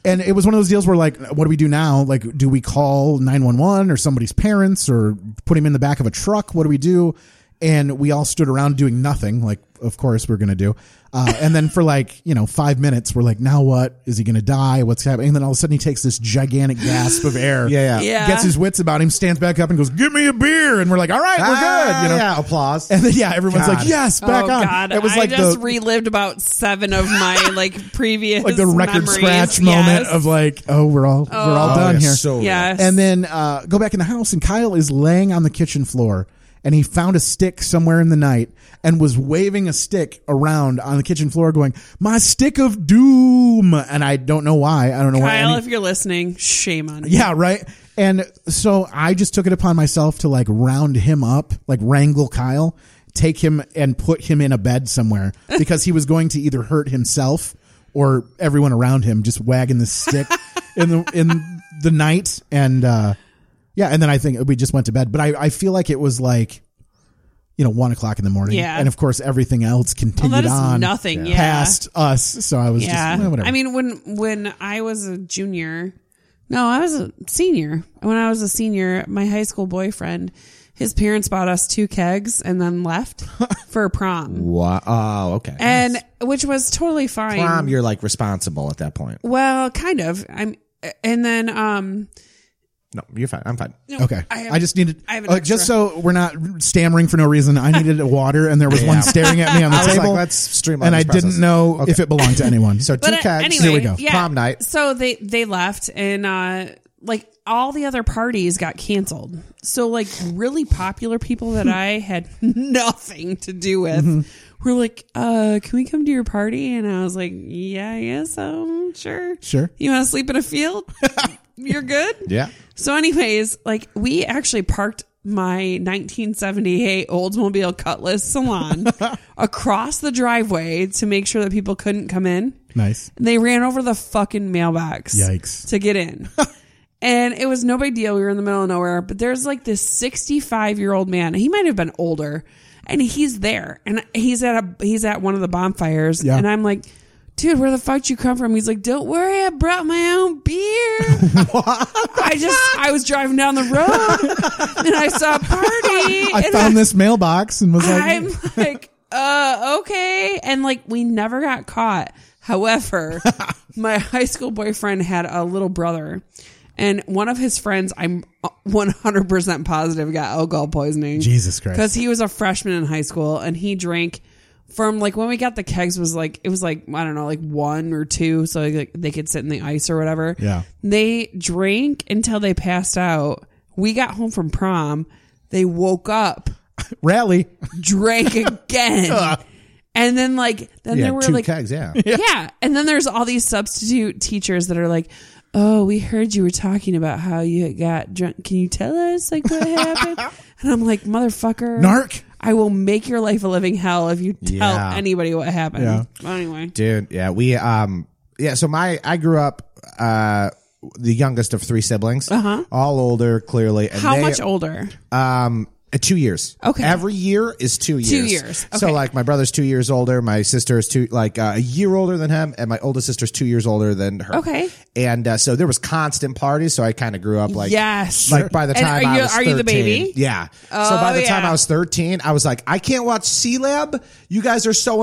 and it was one of those deals where like what do we do now? Like do we call 911 or somebody's parents or put him in the back of a truck? What do we do? And we all stood around doing nothing, like of course we're going to do. Uh, and then for like, you know, 5 minutes we're like now what? Is he going to die? What's happening? And then all of a sudden he takes this gigantic gasp of air.
Yeah, yeah.
Yeah.
Gets his wits about him, stands back up and goes, "Give me a beer." And we're like, "All right, we're
Ah,
good." You know.
Yeah, applause.
And then yeah, everyone's
God.
like, "Yes, back
oh
on."
god,
it was like
I just
the
relived about seven of my like previous
like the record
memories.
scratch moment
Yes.
of like, "Oh, we're all we're all
Oh,
done
yeah,
here."
so-
yes,
and then uh, go back in the house, and Kyle is laying on the kitchen floor, and he found a stick somewhere in the night, and was waving a stick around on the kitchen floor, going, "My stick of doom!" And I don't know why. I don't know why.
Kyle,
any-
if you're listening, shame on you.
yeah, right. And so I just took it upon myself to like round him up, like wrangle Kyle, take him and put him in a bed somewhere because he was going to either hurt himself or everyone around him just wagging the stick in the in the night and uh yeah, and then I think we just went to bed. But I, I feel like it was like you know, one o'clock in the morning.
Yeah.
And of course everything else continued
that is
on
nothing, yeah.
past us. So I was
yeah.
just "Eh, whatever.
I mean, when when I was a junior, no, I was a senior. When I was a senior, my high school boyfriend, his parents bought us two kegs and then left for prom,
Wow. Oh, okay.
and which was totally fine.
prom, you're like responsible at that point.
well, kind of. I'm, and then um,
No, you're fine. I'm fine.
no,
Okay. I,
I, have,
just needed,
I have an
uh, just
extra.
so we're not stammering for no reason, I needed a water and there was one staring at me on the
I was like,
table.
let's streamline
And I
this process.
didn't know
Okay.
if it belonged to anyone.
So
so
two
But, uh,
kegs.
Anyway,
Here we go.
yeah.
Prom night.
So they they left and uh like all the other parties got canceled. So like really popular people that I had nothing to do with were like, uh, can we come to your party? And I was like, Yeah, I guess so. Sure.
Sure.
You wanna sleep in a field? You're good?
Yeah.
So, anyways, like we actually parked my 1978 Oldsmobile Cutlass salon across the driveway to make sure that people couldn't come in.
nice.
They ran over the fucking mailbox.
Yikes.
To get in. and it was no big deal. We were in the middle of nowhere, but there's like this 65 year old man. He might have been older and he's there and he's at a, he's at one of the bonfires
Yeah.
and I'm like, dude, where the fuck you come from? He's like, don't worry. I brought my own beer. I just, I was driving down the road and I saw a party.
I
and uh,
found this mailbox and was like,
I'm like, uh, okay. And like, we never got caught. However, my high school boyfriend had a little brother, and one of his friends, I'm 100% positive, got alcohol poisoning.
Jesus Christ.
Because he was a freshman in high school and he drank from like when we got the kegs was like it was like I don't know like one or two so like they could sit in the ice or whatever.
Yeah.
They drank until they passed out. We got home from prom. They woke up
rally.
drank again. and then like then
Yeah.
there were
two
like
kegs. Yeah.
yeah. and then there's all these substitute teachers that are like, "Oh, we heard you were talking about how you got drunk. Can you tell us like what happened?" and I'm like, "Motherfucker,
Narc.
I will make your life a living hell if you tell
Yeah.
anybody what happened."
Yeah.
Well, anyway,
dude yeah we um yeah so my i grew up uh the youngest of three siblings uh-huh. all older clearly and
how
they-
much older?
um uh, two years
Okay.
every year is two years
years,
so
okay.
like my brother's two years older my sister is two like uh, a year older than him and my oldest sister's two years older than her
Okay.
and uh, so there was constant parties so i kind of grew up like
Yes.
like by the
And
time
are
I
you-
was
are you the
13.
baby?
yeah so by
Oh,
the time
yeah.
i was 13 i was like i can't watch c-lab you guys are so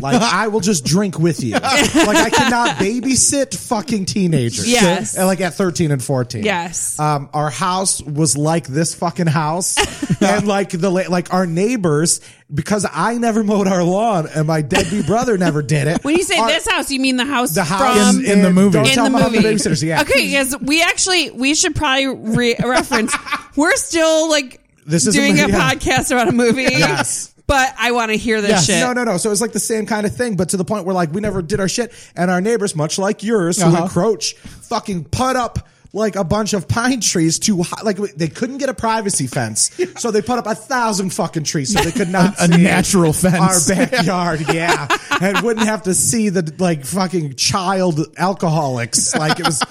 like i will just drink with you like i cannot babysit fucking teenagers
Yes.
and like at 13 and 14
Yes.
um, our house was like this fucking house, and like the la- like our neighbors because I never mowed our lawn, and my deadbeat brother never did it.
When you say
Our-
this house, you mean the house
the house
from
in the movie.
Don't
in
tell
the
them about
movie.
the babysitters. Yeah.
Okay, yes, we actually we should probably re- reference. We're still like
This is a
doing a,
movie, yeah.
podcast about a movie.
Yes.
but I want to hear this
Yes.
shit.
No, no, no. So it was like the same kind of thing, but to the point where like we never did our shit, and our neighbors, much like yours, who
Uh-huh.
encroach, fucking put up like a bunch of pine trees to hi- like they couldn't get a privacy fence, so they put up a thousand fucking trees so they could not
A- a
see
natural fence.
our backyard, yeah, and wouldn't have to see the like fucking child alcoholics. Like it was,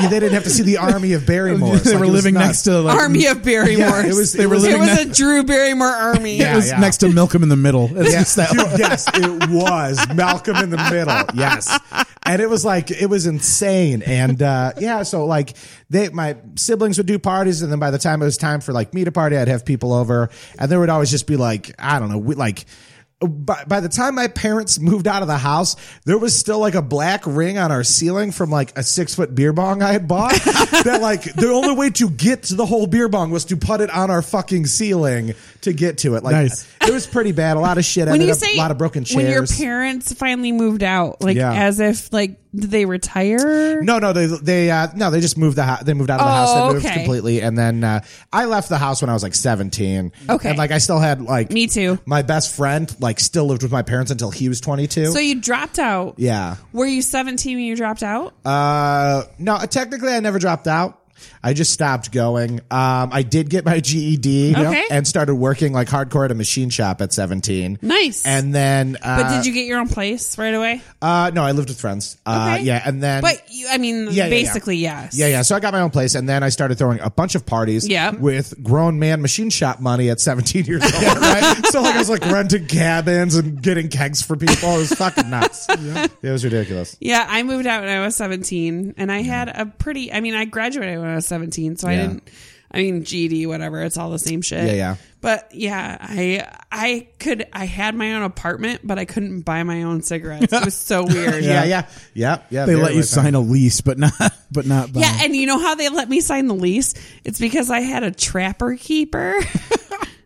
they didn't have to see the army of Barrymore.
they were living next to like,
Army of Barrymore.
Yeah, it was-
it
it
was,
was
living
a Drew Barrymore army.
it was
yeah.
next to Milcom in the middle. It's just
Yes,
that-
yes, it was Malcolm in the Middle. Yes, and it was like it was insane. And uh, yeah, so like they, my siblings would do parties, and then by the time it was time for like me to party, I'd have people over, and there would always just be like I don't know, we, like. By, by the time my parents moved out of the house, there was still like a black ring on our ceiling from like a six foot beer bong I had bought. that like the only way to get to the whole beer bong was to put it on our fucking ceiling to get to it. Like
Nice.
it was pretty bad. A lot of shit.
When
ended
you
up,
say
a lot of broken chairs.
when your parents finally moved out, like
Yeah.
as if like did they retire?
no, no, they they uh, no, they just moved the house. They moved out of the house. They moved
Oh, okay.
completely, and then uh, I left the house when I was like seventeen.
Okay.
and like I still had like
Me too.
My best friend like still lived with my parents until he was twenty two.
So you dropped out.
yeah,
Were you 17 when you dropped out?
uh, no, technically I never dropped out. I just stopped going. Um, I did get my GED
Okay.
and started working like hardcore at a machine shop at 17.
Nice.
And then, uh,
But did you get your own place right away?
uh, no, I lived with friends. Uh,
Okay.
yeah. And then,
But you, I mean,
Yeah, yeah, yeah.
basically, yes.
Yeah, yeah. So I got my own place, and then I started throwing a bunch of parties
Yep.
with grown man machine shop money at 17 years old. right? So like I was like renting cabins and getting kegs for people. It was fucking nuts. It was ridiculous.
Yeah, I moved out when I was 17 and I had a pretty, I mean, I graduated when I was 17, so I
Yeah.
didn't, I mean, GD, whatever, it's all the same shit.
Yeah, yeah.
But yeah, I, I could, I had my own apartment, but I couldn't buy my own cigarettes. It was so weird.
Yeah, yeah, yeah, yeah.
They
very
let you
right there.
sign a lease, but not but not. Buy.
Yeah, and you know how they let me sign the lease? It's because I had a trapper keeper.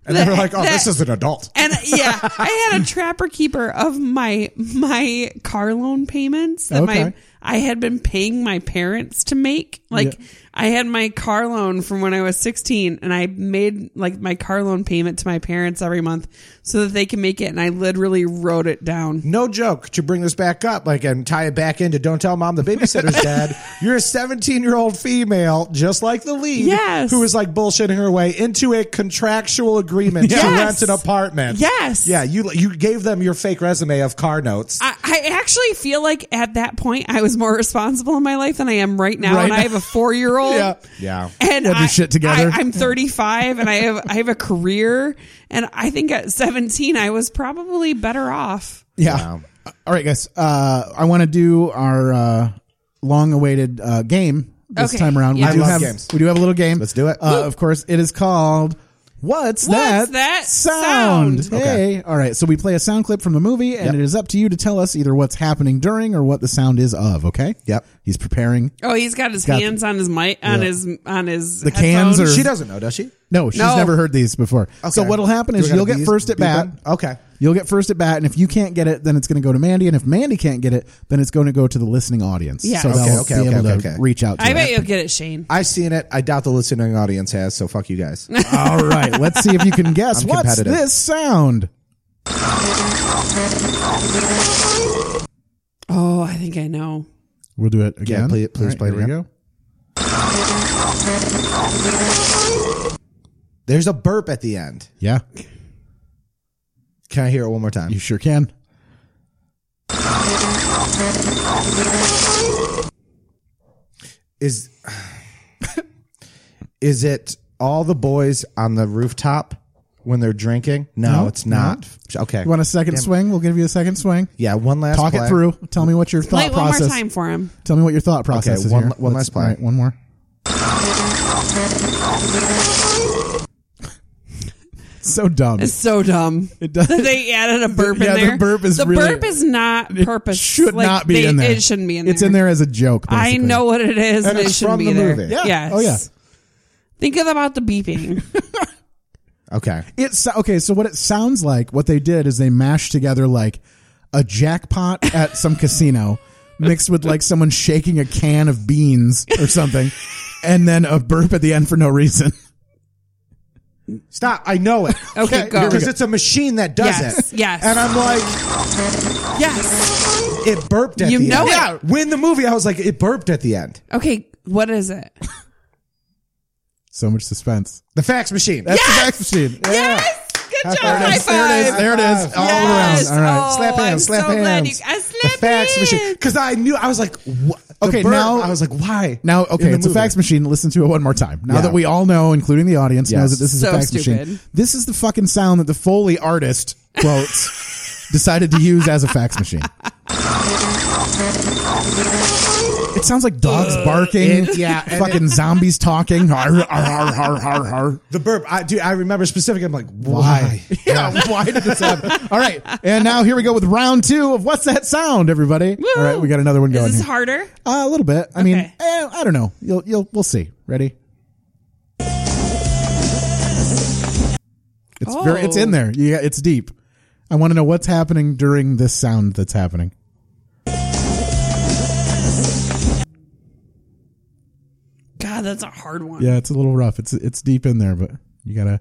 and they were like, "Oh, this is an adult."
And yeah, I had a trapper keeper of my my car loan payments that
Okay.
my I had been paying my parents to make. Like
Yeah.
I had my car loan from when I was 16 and I made like my car loan payment to my parents every month so that they can make it and I literally wrote it down.
No joke to bring this back up, like, and tie it back into "Don't Tell Mom the Babysitter's Dead." You're a 17 year old female, just like the lead,
Yes.
who is like bullshitting her way into a contractual agreement to
Yes.
rent an apartment.
Yes.
yeah. You you gave them your fake resume of car notes.
I, I actually feel like at that point I was more responsible in my life than I am right now,
Right
and
now.
I have a four year old.
Yeah. Yeah.
and
Have your
I-
shit together.
I, am 35, and I have I have a career, and I think at 17 I was probably better off.
Yeah.
Wow.
Uh, All right, guys. Uh, I want to do our uh, long-awaited uh, game this
Okay.
time around.
Yeah. I
We do
love
have
games.
we do have a little game.
Let's do it.
Uh, of course, it is called. What's, that,
that
sound?
sound?
Hey, all right. So we play a sound clip from the movie, and
Yep.
it is up to you to tell us either what's happening during or what the sound is of. Okay.
Yep.
He's preparing.
Oh, he's got his
Got the-
hands on his mic on
Yeah.
his on his
The cans
headphones.
are-
she doesn't know, does she?
No, she's
No.
never heard these before. So
Okay.
what'll happen
Do
is
we gotta
you'll get
beep-
first at
beep
bat.
them? Okay.
You'll get first at bat, and if you can't get it, then it's going to go to Mandy, and if Mandy can't get it, then it's going to go to the listening audience.
Yes.
So
Okay,
they'll
okay,
be
okay,
able to
okay, okay.
reach out. to
I
you.
bet you'll get it, Shane.
I've seen it. I doubt the listening audience has, so fuck you guys.
All right, let's see if you can guess
I'm
what's
competitive.
this sound.
Oh, I think I know.
We'll do it again.
play it- please
All right,
play it
here we
again.
go.
There's a burp at the end.
Yeah,
Can I hear it one more time?
you sure can.
Is is it all the boys on the rooftop when they're drinking? No,
No,
it's not. Okay.
You want a second swing? We'll give you a second swing.
yeah, one last
Talk
play.
it through. Tell me what your thought
Play it one
process.
more time for him.
Tell me what your thought process
Okay,
is.
one-
here.
one
Let's-
last play.
all right, one more. so dumb.
It's so dumb.
It does-
That they added a burp
Yeah,
in
the
there.
burp is
the
really-
burp is not purpose.
should
like,
not be
they-
in there.
It shouldn't be in there.
It's in there as a joke.
I
basically.
know what it is, and,
And
it
it's
shouldn't
from
be
the
there.
movie. Yeah.
Yes.
Oh, yeah.
Think about the beeping.
Okay.
It's okay. So what it sounds like, what they did is they mashed together like a jackpot at some casino, mixed with like someone shaking a can of beans or something, and then a burp at the end for no reason.
Stop. I know it.
Okay, go.
Because it's a machine that does
Yes,
it.
yes.
And I'm like,
yes.
it burped at
You
the
know
end.
it.
Yeah. When the movie, I was like, it burped at the end.
Okay. What is it?
So much suspense.
The fax machine.
That's the fax machine. Yeah.
Yes. Good job.
There it
High
is. There it is.
five.
There it is. All
Yes.
around. All right.
Oh,
slap hands,
I'm
slap
so glad you-
hands.
I
the
slap
fax machine.
hands.
Because I knew, I was like, what? The
Okay,
burp,
now-
I was like, why?
Now,
In
okay,
the
it's a
movie.
fax machine. Listen to it one more time. Now
Yeah.
that we all know, including the audience,
Yes.
knows that this is a
So
fax
stupid.
machine. This is the fucking sound that the Foley artist quotes decided to use as a fax machine. It sounds like dogs barking,
It- yeah, and
fucking zombies talking. Har, har, har, har, har, har.
The burp. I do. I remember specifically. I'm like, why?
Yeah, why did this happen? All right, and now here we go with round two of what's that sound, everybody?
Woo.
All right, we got another one going.
Is this
here.
harder?
Uh, a little bit. I mean,
Okay.
eh, I don't know. You'll, you'll, we'll see. Ready? It's very, it's
Oh.
in there. Yeah, it's deep. I want to know what's happening during this sound that's happening.
God, that's a hard one.
Yeah, it's a little rough. It's, it's deep in there, but you gotta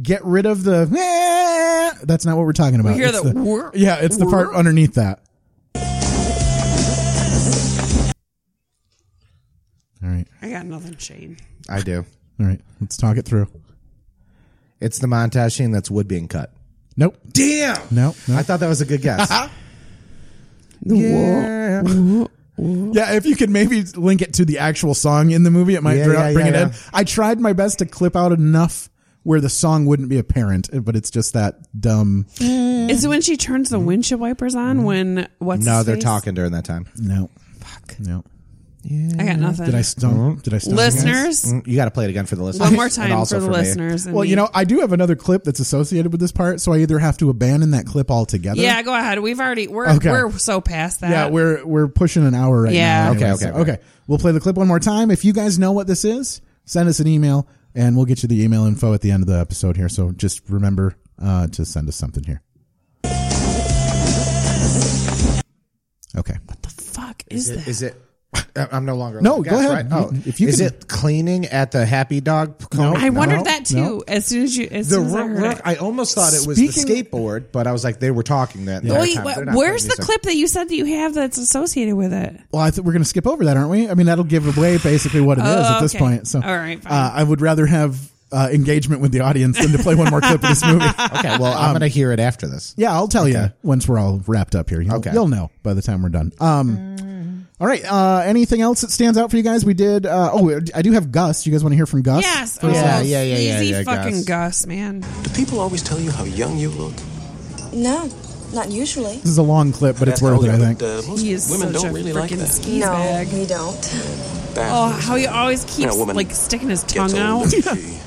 get rid of the. "Eh." That's not what we're talking about.
hear
It's
the whir-
yeah, it's the part
whir-
underneath that. All right.
I got nothing, Shane.
I do.
All right, let's talk it through.
It's the montage scene that's wood being cut.
Nope.
Damn.
No, no.
I thought that was a good guess.
Yeah.
Yeah, if you could maybe link it to the actual song in the movie, it might
Yeah,
dra-
yeah,
bring
yeah,
it in.
yeah.
I tried my best to clip out enough where the song wouldn't be apparent, but it's just that dumb.
Is it when she turns the windshield wipers on? When what's
no,
his
they're
face?
talking during that time.
No. Fuck. No.
I got nothing.
Did I stump? Did I stump? you guys?
listeners?
Mm, You got to play it again for the listeners.
One more
and
time
also
for the
me.
listeners. and
Well,
me.
you know, I do have another clip that's associated with this part, so I either have to abandon that clip altogether.
yeah, go ahead. We've already we're
Okay.
we're so past that.
Yeah, we're we're pushing an hour right
Yeah.
now.
Okay,
anyway,
okay,
so- okay.
okay.
We'll play the clip one more time. If you guys know what this is, send us an email, and we'll get you the email info at the end of the episode here. So just remember uh, to send us something here. Okay.
fuck is, that?
Is it? I- I'm no longer.
No,
allowed to
go
guess,
ahead.
Right?
You-
Oh,
if you
is
can-
it cleaning at the Happy Dog? No,
I wondered that too.
no.
As soon as you, as
The
soon as I
rook,
heard
rook,
it.
I almost thought it was the
Speaking-
skateboard, but I was like, they were talking that. entire
Wait,
time.
wh-
They're not
where's
playing
the
music.
clip that you said that you have that's associated with it?
Well, I think we're going to skip over that, aren't we? I mean, that'll give away basically what it is at this
Oh, okay.
point. So,
All right, fine.
Uh, I would rather have uh, engagement with the audience than to play one more clip of this movie.
Okay, well, I'm gonna hear it after this.
Yeah, I'll tell you once we're all wrapped up here. You'll,
Okay.
you'll know by the time we're done. Um, all right. Uh, anything else that stands out for you guys? We did. Uh, oh, I do have Gus. You guys want to hear from Gus?
Yes.
First
Yeah,
oh,
yeah, yeah, yeah,
Easy
yeah,
fucking
Gus.
Gus, man.
Do people always tell you how young you look?
No, not usually.
This is a long clip, but it's worth it. I think.
But, uh, most
He is
women
such
don't
a
really
freaking
like that.
skis
no,
bag.
we don't.
Oh, how he always
You
keeps
know, a woman
like sticking his
gets
tongue
older,
out.
she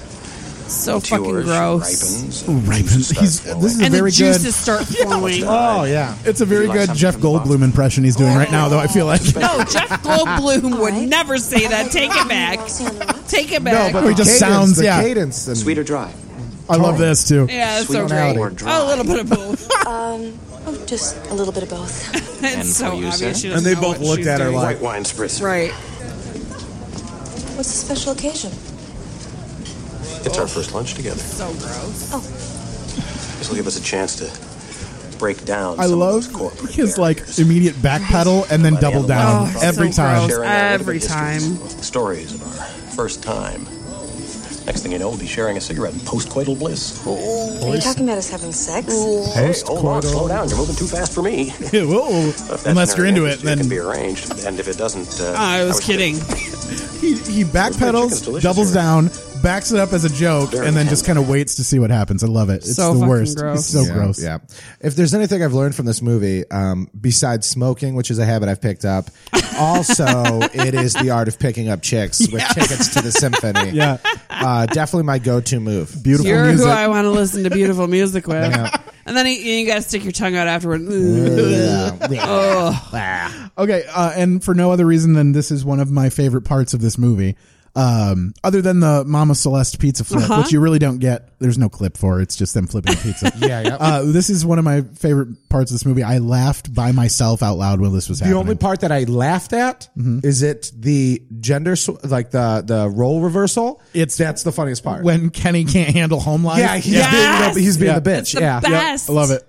so
matures,
fucking
she
gross.
ripens, and
Right.
juices start
He's,
flowing.
this is
And
very
the juices
good.
start flowing.
Oh yeah,
It's a very
Would you like
good
something
Jeff
from the box?
Goldblum impression he's doing right now, though. I feel like.
No, Jeff Goldblum would never say that. Take it back. Take it back.
but- He just
cadence,
sounds-
the
yeah.
cadence and
Sweet or dry?
I love this too.
yeah, it's so
Sweet
great.
or dry.
A little bit of both.
Oh, just a little bit of both.
it's so
for you, sir?
obvious. She
And
doesn't
they
know
both
what
looked
she's
at her
doing.
like-
White wine spritz.
right.
What's the special occasion?
It's our first lunch together.
So gross.
This will give us a chance to break down.
I
some of
love
those corporate
his
barriers.
like immediate back pedal and then double down
Oh,
every
so
time.
gross.
Sharing our
Every
intimate histories, Stories of our first time. Next thing you know, we'll be sharing a cigarette in post-coital bliss.
Are you talking about us having sex?
Hey, hold on, slow down. You're moving too fast for me. If
Yeah, whoa.
that's
Unless
in
you're
our
into it,
interest, It
then
can be arranged, and if it doesn't... Uh,
Oh, I was kidding.
he, he
chicken's
backpedals,
delicious
doubles
here.
down, backs it up as a joke, and then just kind of waits to see what happens. I love it. It's
So
the
fucking
worst.
gross.
It's so
yeah,
gross.
Yeah. If there's anything I've learned from this movie, um, besides smoking, which is a habit I've picked up, also it is the art of picking up chicks with tickets to the symphony.
Yeah.
Uh, definitely my go-to move.
Beautiful
You're
music.
who I want to listen to beautiful music with. And then he, you got to stick your tongue out afterward.
okay, uh, and for no other reason than this is one of my favorite parts of this movie. Um, other than the Mama Celeste pizza flip,
Uh-huh.
which you really don't get. There's no clip for. It's just them flipping the pizza.
Yeah, yeah.
Uh, this is one of my favorite parts of this movie. I laughed by myself out loud when this was
the
happening.
only part that I laughed at is it the gender, sw- like the the role reversal.
It's-
that's the funniest part.
when Kenny can't handle home life.
yeah, he's
Yes!
being the, he's being
Yeah.
the bitch.
It's the
yeah,
best.
I love it.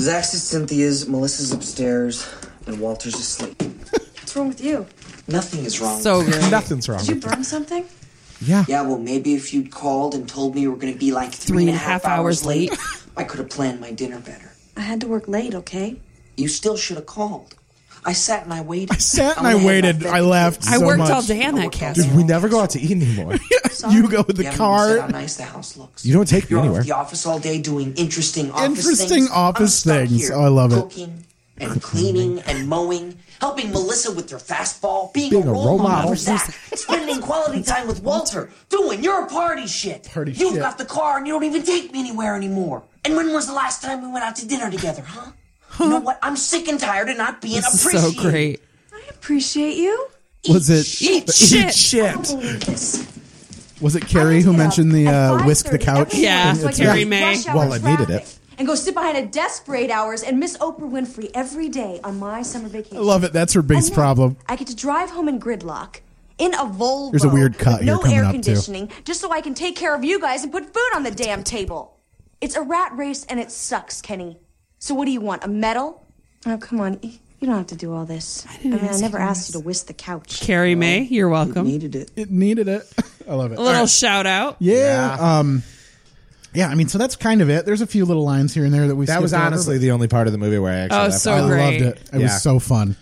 Zach's at Cynthia's, Melissa's upstairs, and Walter's asleep.
What's wrong with you?
Nothing is wrong.
So good.
nothing's wrong.
Did you burn something?
yeah, well, maybe if you'd called and told me you were going to be like
Three and a half hours late.
I could have planned my dinner better.
I had to work late, okay?
You still should have called. I sat and I waited.
I sat and
only
I
had my
waited. I
vegetables.
laughed
I
so
worked
much.
all day on that
Dude,
castle.
we never go out to eat anymore.
You go with the
You haven't even said
car.
how nice the house looks.
You don't take me
You're
anywhere.
Off the office all day doing interesting office
Interesting
things. I'm
office
stuck
things.
here
Oh, I love it.
Cooking and cleaning and mowing, helping Melissa with her fastball, being,
Being
a role, model,
for
for Zach, spending quality time with Walter, doing your party shit.
Party
you
shit.
got the car and you don't even take me anywhere anymore. And when was the last time we went out to dinner together, huh? You know what? I'm sick and tired of not being
This is so
appreciated.
great.
I appreciate you.
Was it
Eat shit.
Shit.
was it Carrie who mentioned the uh, whisk the couch?
Yeah,
thing? It's-
Carrie May.
Well, I needed it.
And go sit behind a desk for eight hours and miss Oprah Winfrey every day on my summer vacation.
I love it. That's her
And
base
then
problem.
I get to drive home in gridlock in a Volvo.
There's a weird cut
with
here
no
coming
air
up, too.
conditioning, just so I can take care of you guys and put food on the damn table. It's a rat race and it sucks, Kenny. So what do you want? A medal? Oh, come on. E-
You don't have to do all this. I,
didn't
mean, I
ask
never
you
asked you to whisk the couch.
Carrie May, you're welcome.
needed it.
It needed it. I love it.
A little
All right.
shout out.
Yeah. Um, yeah, I mean, so that's kind of it. There's a few little lines here and there that we.
That was honestly the only part of the movie where I actually
Oh,
laughed.
so
I
great.
loved it. It
Yeah.
was so fun.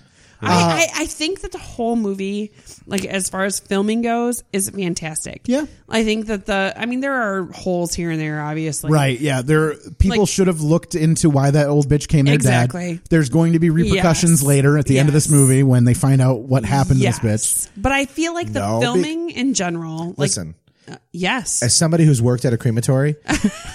Uh.
I, I, I think that the whole movie, like as far as filming goes, is fantastic. Yeah. I think that the, I mean, there are holes here and there, obviously.
right? Yeah, there people
Like-
should have looked into why that old bitch came their
Exactly.
dad. There's going to be repercussions
Yes.
later at the end of this movie when they find out what happened to this bitch.
But I feel like the
No, be-
filming in general, like,
Listen.
uh, yes.
As somebody who's worked at a crematory,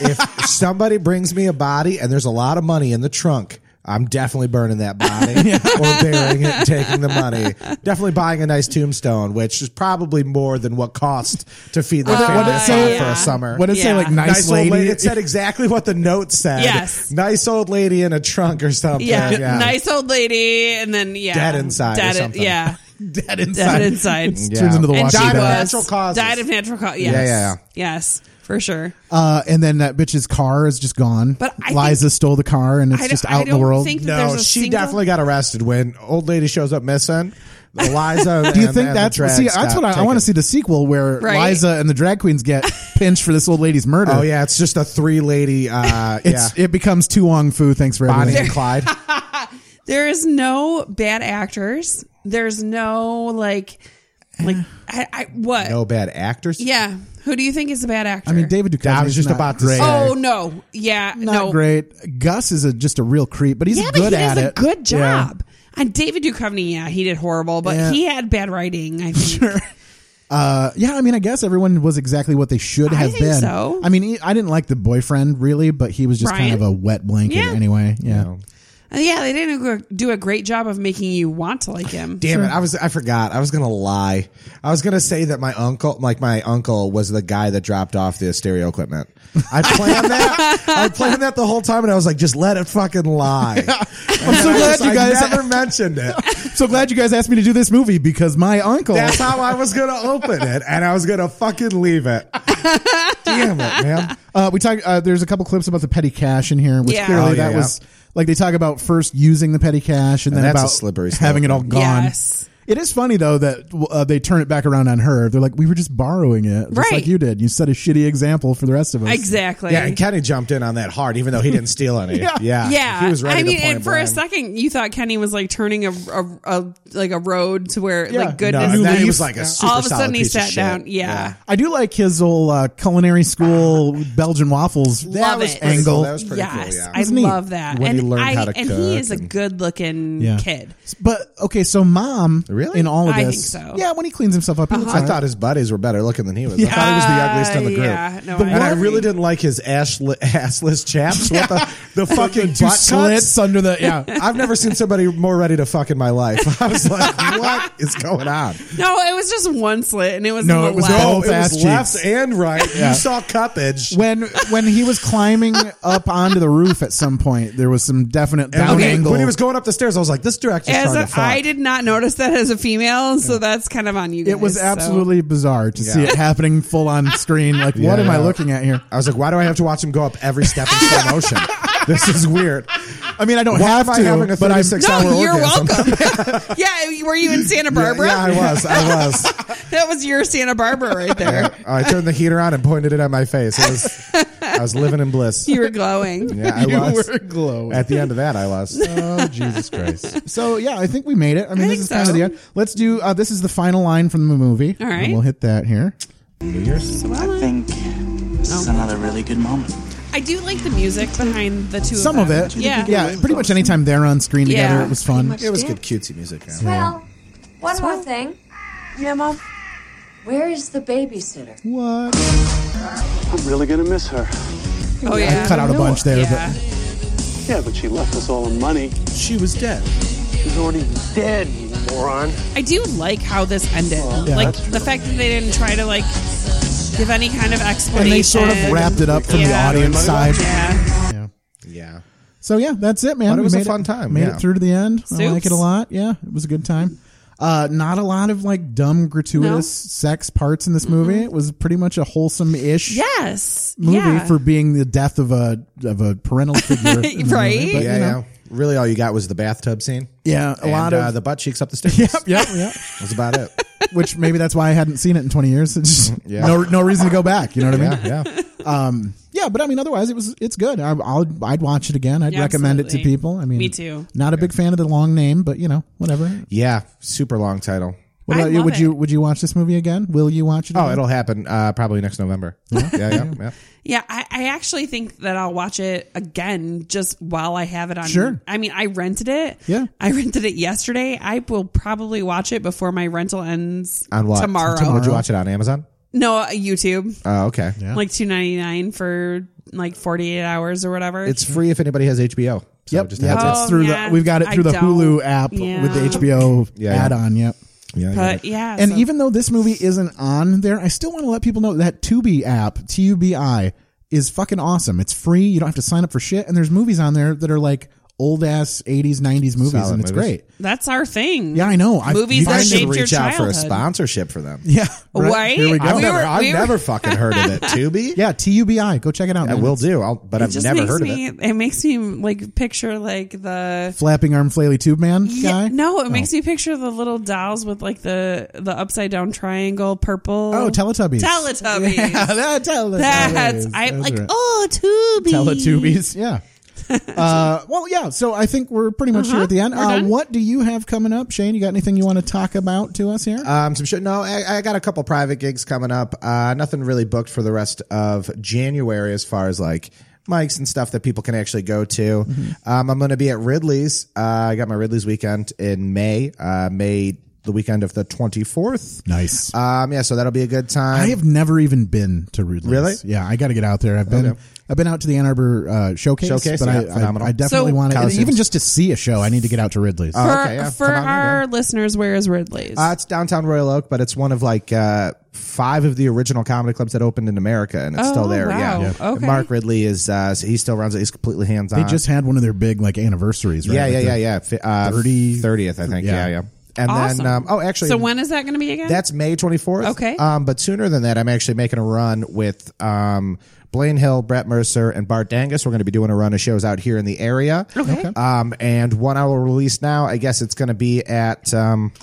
if somebody brings me a body and there's a lot of money in the trunk, I'm definitely burning that body or burying it and taking the money. Definitely buying a nice tombstone, which is probably more than what cost to feed the
Oh,
What did- what
family
did it say?
for
Yeah.
a summer.
What did it say, like, nice
old
lady?
It said exactly what the note said.
Yes.
Nice old lady in a trunk or something.
yeah,
Yeah.
Nice old lady. And then, yeah.
Dead inside or
Dead, in-
something.
Yeah.
Dead
inside.
Dead inside.
Turns Yeah. into The
and
Walking
she
Dead.
was-
Natural causes.
Died of natural causes.
Yeah,
Yes.
yeah, yeah.
Yes, for sure.
Uh, and then that bitch's car is just gone. But
I
Liza stole the car, and
I
it's
don't-
just
I
out in the
don't
world.
think that
No,
there's a
she
single-
definitely got arrested when old lady shows up missing. Eliza.
Do you
and-
think
and the
that's
drag
see?
stop
That's what I, I
taking-
want to see the sequel where
Right.
Liza and the drag queens get pinched for this old lady's murder.
Oh yeah, it's just a three lady. Uh, yeah,
It's, It becomes Tu Wong Fu. Thanks for
Bonnie
everything.
and Clyde.
There is no bad actors. There's no like, like I, I what?
No bad actors.
Yeah. Who do you think is a bad actor?
I mean, David Duchovny.
I was
is
just
not
about to
great.
say.
oh no, yeah,
not
no,
great. Gus is a, just a real creep, but he's
yeah,
good
but he
at
does a
it.
good
Yeah.
job. And David Duchovny, yeah, he did horrible, but
Yeah.
he had bad writing. I think.
Uh, yeah, I mean, I guess everyone was exactly what they should have
think
been.
so.
I mean, he, I didn't like the boyfriend really, but he was just kind
Brian?
of a wet blanket
Yeah.
anyway. Yeah.
Uh, Yeah, they didn't go- do a great job of making you want to like him.
Damn it! I was I forgot. I was gonna lie. I was gonna say that my uncle, like my uncle, was the guy that dropped off the stereo equipment. I planned that. I planned that the whole time, and I was like, just let it fucking lie.
I'm so glad you guys.
I never mentioned it.
so glad you guys asked me to do this movie because my uncle.
That's how I was gonna open it, and I was gonna fucking leave it. Damn it, man!
Uh, we talk. Uh, there's a couple clips about the petty cash in here, which
Yeah.
clearly
Oh,
yeah,
that
yeah.
was like they talk about first using the petty cash and,
And
then
that's a
about
slippery slope.
having it all gone.
Yes.
It is funny though that uh, they turn it back around on her. They're like, "We were just borrowing it, just
Right.
like you did. You set a shitty example for the rest of us."
Exactly.
Yeah, and Kenny jumped in on that hard, even though he didn't steal any. yeah. yeah,
Yeah,
he was ready
I mean,
to point
and for a
blame.
second, you thought Kenny was like turning a, a, a like a road to where
Yeah.
like goodness.
No, and then he
leaf.
was, like, a super
all of a
solid
sudden he
piece of
sat
shit.
down. Yeah.
Yeah.
I do like his old uh, culinary school Belgian waffles.
Love it.
pretty angle. cool.
That was pretty cool,
yes,
yeah.
I
Wasn't he-
love that.
when
and
he learned
I,
how to
and he
cook
is a
and-
good looking
Yeah.
kid.
But okay, so mom,
Really?
in all of
I
this,
think so. Uh-huh.
yeah, when he cleans himself up, he looks
I
alright.
thought his buddies were better looking than he was. I thought he was the ugliest in the group.
yeah, no,
The
I
one- and I
agree.
really didn't like his ash assless chaps with the, the fucking
two
butt
slits
cuts.
under the yeah.
I've never seen somebody more ready to fuck in my life. I was like, what is going on? Oh,
No, it was just one slit, and it was
No,
the
it was
left.
both
it
ass
was
cheeks.
left and right.
Yeah.
You saw cuppage.
when when he was climbing up onto the roof at some point, there was some definite
And
down
when, he,
angle.
when he was going up the stairs, I was like, this director's
As
trying
a,
to fuck.
I did not notice that as a female, so that's kind of on you. Guys,
it was
so.
absolutely bizarre to see
Yeah.
it happening full on screen. Like,
Yeah,
what am I
yeah.
looking at here?
I was like, why do I have to watch him go up every step in slow motion? This is weird.
I mean, I don't
Why
have
am I
to,
having a
but I'm
36 hour
No, you're
orgasm.
welcome. yeah, were you in Santa
Yeah,
Barbara?
yeah, I was. I was.
that was your Santa Barbara right there.
I turned the heater on and pointed it at my face. It was, I was living in bliss.
You were glowing.
Yeah, I
You
was.
were glowing.
At the end of that, I was.
Oh Jesus Christ! So yeah, I think we made it. I mean, this
I think
is kind of
so.
the end. Let's do. Uh, this is the final line from the movie.
All right.
and we'll hit that here.
I think this is another really good moment.
I do like the music behind the two.
Some
of,
of
them.
it,
Yeah.
yeah. Pretty much anytime they're on screen
Yeah.
together, it was fun.
It was good cutesy music. yeah.
Well, one more thing. Yeah, Mom? Where is the babysitter?
What?
I'm really gonna miss her.
Oh yeah.
I cut out a bunch there,
Yeah.
Yeah, but she left us all the money.
She was dead.
She's already dead, you moron.
I do like how this ended. like
that's
the fact that they didn't try to like give any kind of
but
explanation.
and they sort of wrapped it up from the
Yeah.
audience side.
Yeah.
Yeah.
Yeah.
So yeah, that's it, man.
But it
We
was a
made
fun time,
Made
yeah.
it through to the end. I like
Soups.
it a lot. Yeah, it was a good time. Uh, not a lot of like dumb, gratuitous
No. Mm-hmm.
sex parts in this movie. It was pretty much a wholesome ish
Yes.
movie
yeah.
for being the death of a of a parental figure, in the movie,
Right?
but,
yeah,
you know.
yeah. Really, all you got was the bathtub scene.
Yeah, a
And,
lot of-
uh, the butt cheeks up the stairs. yep,
yep, yep.
That's about it.
Which maybe that's why I hadn't seen it in twenty years. It's just
Yeah.
no no reason to go back. You know what I mean?
Yeah,
Um, yeah, but I mean, otherwise it was it's good. I, I'll I'd watch it again. I'd
Yeah,
recommend it to
absolutely.
people. I mean,
Me too.
Not a big fan of the long name, but you know, whatever.
Yeah, super long title.
What
I
about you?
love
Would you would you watch this movie again? Will you watch it?
Oh,
again?
it'll happen uh, probably next November. Yeah, yeah, yeah. yeah.
Yeah, I, I actually think that I'll watch it again just while I have it on.
Sure.
I mean, I rented it.
Yeah.
I rented it yesterday. I will probably watch it before my rental ends
On what?
tomorrow.
Would you watch it on Amazon?
No, uh, YouTube.
Oh, okay.
Like two ninety nine for like forty eight hours or whatever.
It's free if anybody has HBO. So
Yep,
just a
yeah, it's
heads up.
Oh,
through
yeah.
the we've got it
I
through the
don't-
Hulu app
Yeah.
with the HBO
Yeah, yeah.
add-on. Yep.
Yeah, yeah.
But yeah,
and
so-
even though this movie isn't on there, I still want to let people know that Tubi app, T U B I, is fucking awesome. It's free. You don't have to sign up for shit. And there's movies on there that are like old ass 80s, 90s movies,
Solid
and it's
movies.
great.
that's our thing.
Yeah, I know. I-
Movies
you
that
guys should
shaped your
reach out for a
childhood.
sponsorship for them.
Yeah.
Right?
Here we go.
I've
We
never,
were-
I've
we were-
never fucking heard of it. Tubi?
yeah, T U B I. Go check it out.
I
man.
will do. I'll, but
It
I've
just
never
makes
heard of
me.
it.
makes me like picture like the.
Flapping arm flaily tube man guy.
Yeah, no,
Oh.
it makes me picture the little dolls with like the the upside down triangle purple.
Oh, Teletubbies.
Teletubbies.
Yeah, that Teletubbies.
That's I
Those
like
are-
oh Tubi.
Teletubbies. Yeah. uh, well, yeah. So I think we're pretty much here at the end.
Uh-huh. We're
Uh,
done.
what do you have coming up, Shane? You got anything you want to talk about to us here?
Um, some shit. No, I, I got a couple private gigs coming up. Uh, nothing really booked for the rest of January as far as like mics and stuff that people can actually go to.
Mm-hmm.
Um, I'm going to be at Ridley's. Uh, I got my Ridley's weekend in May. Uh, May the weekend of the 24th.
nice.
Um, yeah, so that'll be a good time.
I have never even been to Ridley's.
Really?
Yeah, I got to get out there. I've been
Okay.
I've been out to the Ann Arbor uh, showcase,
Showcase,
but I,
yeah,
I,
phenomenal.
I definitely
So-
want to
Coliseum.
even just to see a show. I need to get out to Ridley's.
For,
Oh, okay, yeah.
for
Come on in,
our listeners, where is Ridley's?
Uh, it's downtown Royal Oak, but it's one of like uh, five of the original comedy clubs that opened in America, and it's
Oh,
still there.
wow.
Yeah.
Yeah.
And
Okay.
Mark Ridley is uh, he still runs it. He's completely hands on.
they just had one of their big like anniversaries, right?
uh, yeah,
Like
yeah,
the-
yeah, yeah, Fi Uh,
30
30th, I think.
Yeah.
Yeah, yeah. And
awesome.
then, um, oh, actually,
so when is that going to be again?
that's May 24th.
Okay.
Um, but sooner than that, I'm actually making a run with um, Blaine Hill, Brett Mercer, and Bart Dangus. We're going to be doing a run of shows out here in the area.
Okay.
Um, and one I will release now. I guess it's going to be at. Um,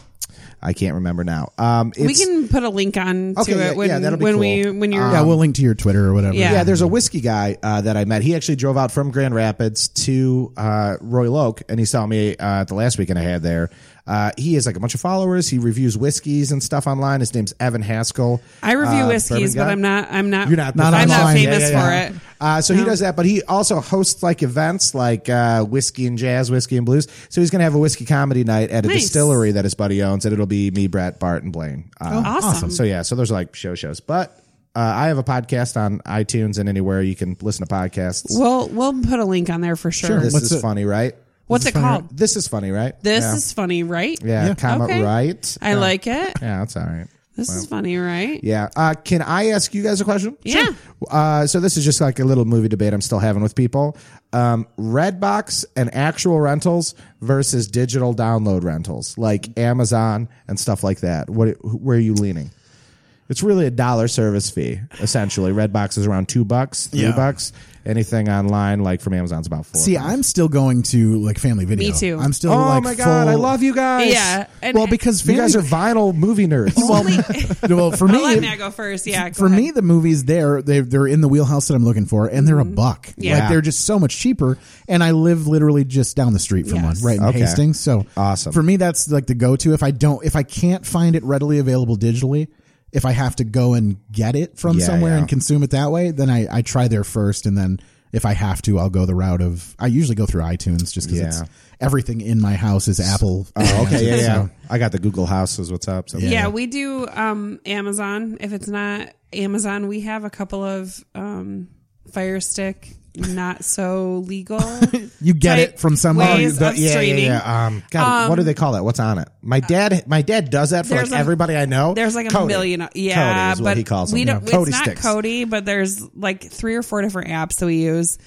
I can't remember now. Um, it's,
we can put a link on
Okay,
to
yeah,
it when
yeah, that'll be
when
cool. Uh,
we when you're
yeah. We'll link to your Twitter or whatever.
Yeah.
Um, yeah, there's a whiskey guy uh, that I met. He actually drove out from Grand Rapids to uh, Royal Oak, and he saw me uh, at the last weekend I had there. Uh, he has like a bunch of followers. He reviews whiskeys and stuff online. His name's Evan Haskell.
I review
uh,
whiskeys,
bourbon
but
guy.
I'm not. I'm not.
You're not.
Not
I'm not
online.
famous
Yeah, yeah,
for it.
Uh, so he does that, but he also hosts like events like uh, whiskey and jazz, whiskey and blues. So he's going to have a whiskey comedy night at a
Nice.
distillery that his buddy owns, and it'll be me, Brett, Bart, and Blaine. Uh,
Oh, awesome. awesome.
So yeah, so those are like show shows, but. Uh, I have a podcast on iTunes and anywhere you can listen to podcasts.
We'll we'll put a link on there for sure.
This
What's
is
it-
funny, right?
What's it called?
This is funny, right?
This
yeah.
is funny, right?
yeah,
Yeah.
comma
Okay.
right.
I
yeah.
like it.
Yeah, that's all right.
This is funny, right?
Yeah. Uh, can I ask you guys a question?
Yeah.
Uh, so this is just like a little movie debate I'm still having with people. Um, Redbox and actual rentals versus digital download rentals, like Amazon and stuff like that. What? Where are you leaning? It's really a dollar service fee, essentially. Redbox is around two bucks, three
Yeah.
bucks. Anything online, like from Amazon's about four.
See, I'm still going to like family video.
Me too.
I'm still.
oh
like,
my god, I
full-
love you guys.
Yeah, and-
Well, because
You
family
guys are vinyl movie nerds.
well, well, for me,
I'll let Matt go first. Yeah, go
for
ahead.
me, the movies there they they're in the wheelhouse that I'm looking for, and they're a
Mm-hmm.
buck.
Yeah.
like they're just so much cheaper. And I live literally just down the street from
Yes.
one, right in
Okay.
Hastings. So
Awesome.
for me. That's like the go to. If I don't, if I can't find it readily available digitally, if I have to go and get it from
Yeah,
somewhere
yeah.
and consume it that way, then I I try there first, and then. If I have to, I'll go the route of. I usually go through iTunes just because
Yeah.
it's everything in my house is Apple.
Oh, okay, yeah, yeah.
So-
I got the Google House is what's up. So
yeah, we do um amazon if it's not amazon we have a couple of um fire stick not so legal
You get
type
it from somewhere.
ways
Oh, The-
of streaming. uh,
Um, God, what do they call that? What's on it? My dad, my dad does that for
There's
like
a-
everybody I know.
there's like a
Cody.
million yeah
Cody is
but
what he calls
we
them.
don't
Cody
it's not
sticks.
cody but there's like three or four different apps that we use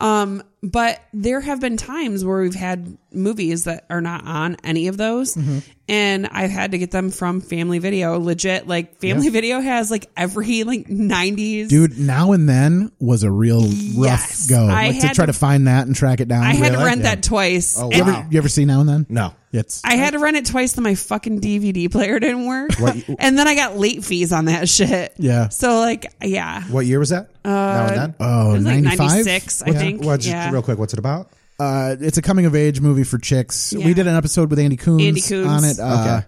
Um, but there have been times where we've had movies that are not on any of those,
Mm-hmm.
Mhm.
and I've had to get them from Family Video. Legit, like Family
Yeah.
Video has like every like nineties
Dude, now and then was a real
Yes.
rough go.
I
Like, to
had
try
to-
to find that and track it down.
I had to
Really?
rent
Yeah.
that twice.
Oh,
and
wow. You ever see now and then? No. It's
I had to rent it twice, then my fucking DVD player didn't work.
What you-
and then I got late fees on that shit.
Yeah.
So, like, yeah.
What year was that?
Uh,
now and then?
Oh,
It was like
95?
96, I
What's-
think.
what's-
Yeah.
Real quick, what's it about?
uh, it's a coming of age movie for chicks.
Yeah.
We did an episode with Andy Coons,
Andy Coombs.
on it. Uh,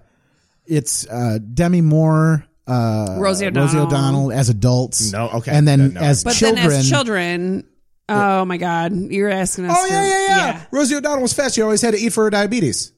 It's uh, Demi Moore, uh,
Rosie O'Donnell.
O'Donnell as adults. No, okay, and
Yeah,
then
no.
as
But
children.
then as children, oh my God, you're asking us.
Oh, yeah,
to-
yeah, yeah, Rosie O'Donnell was fat. She always had to eat for her diabetes.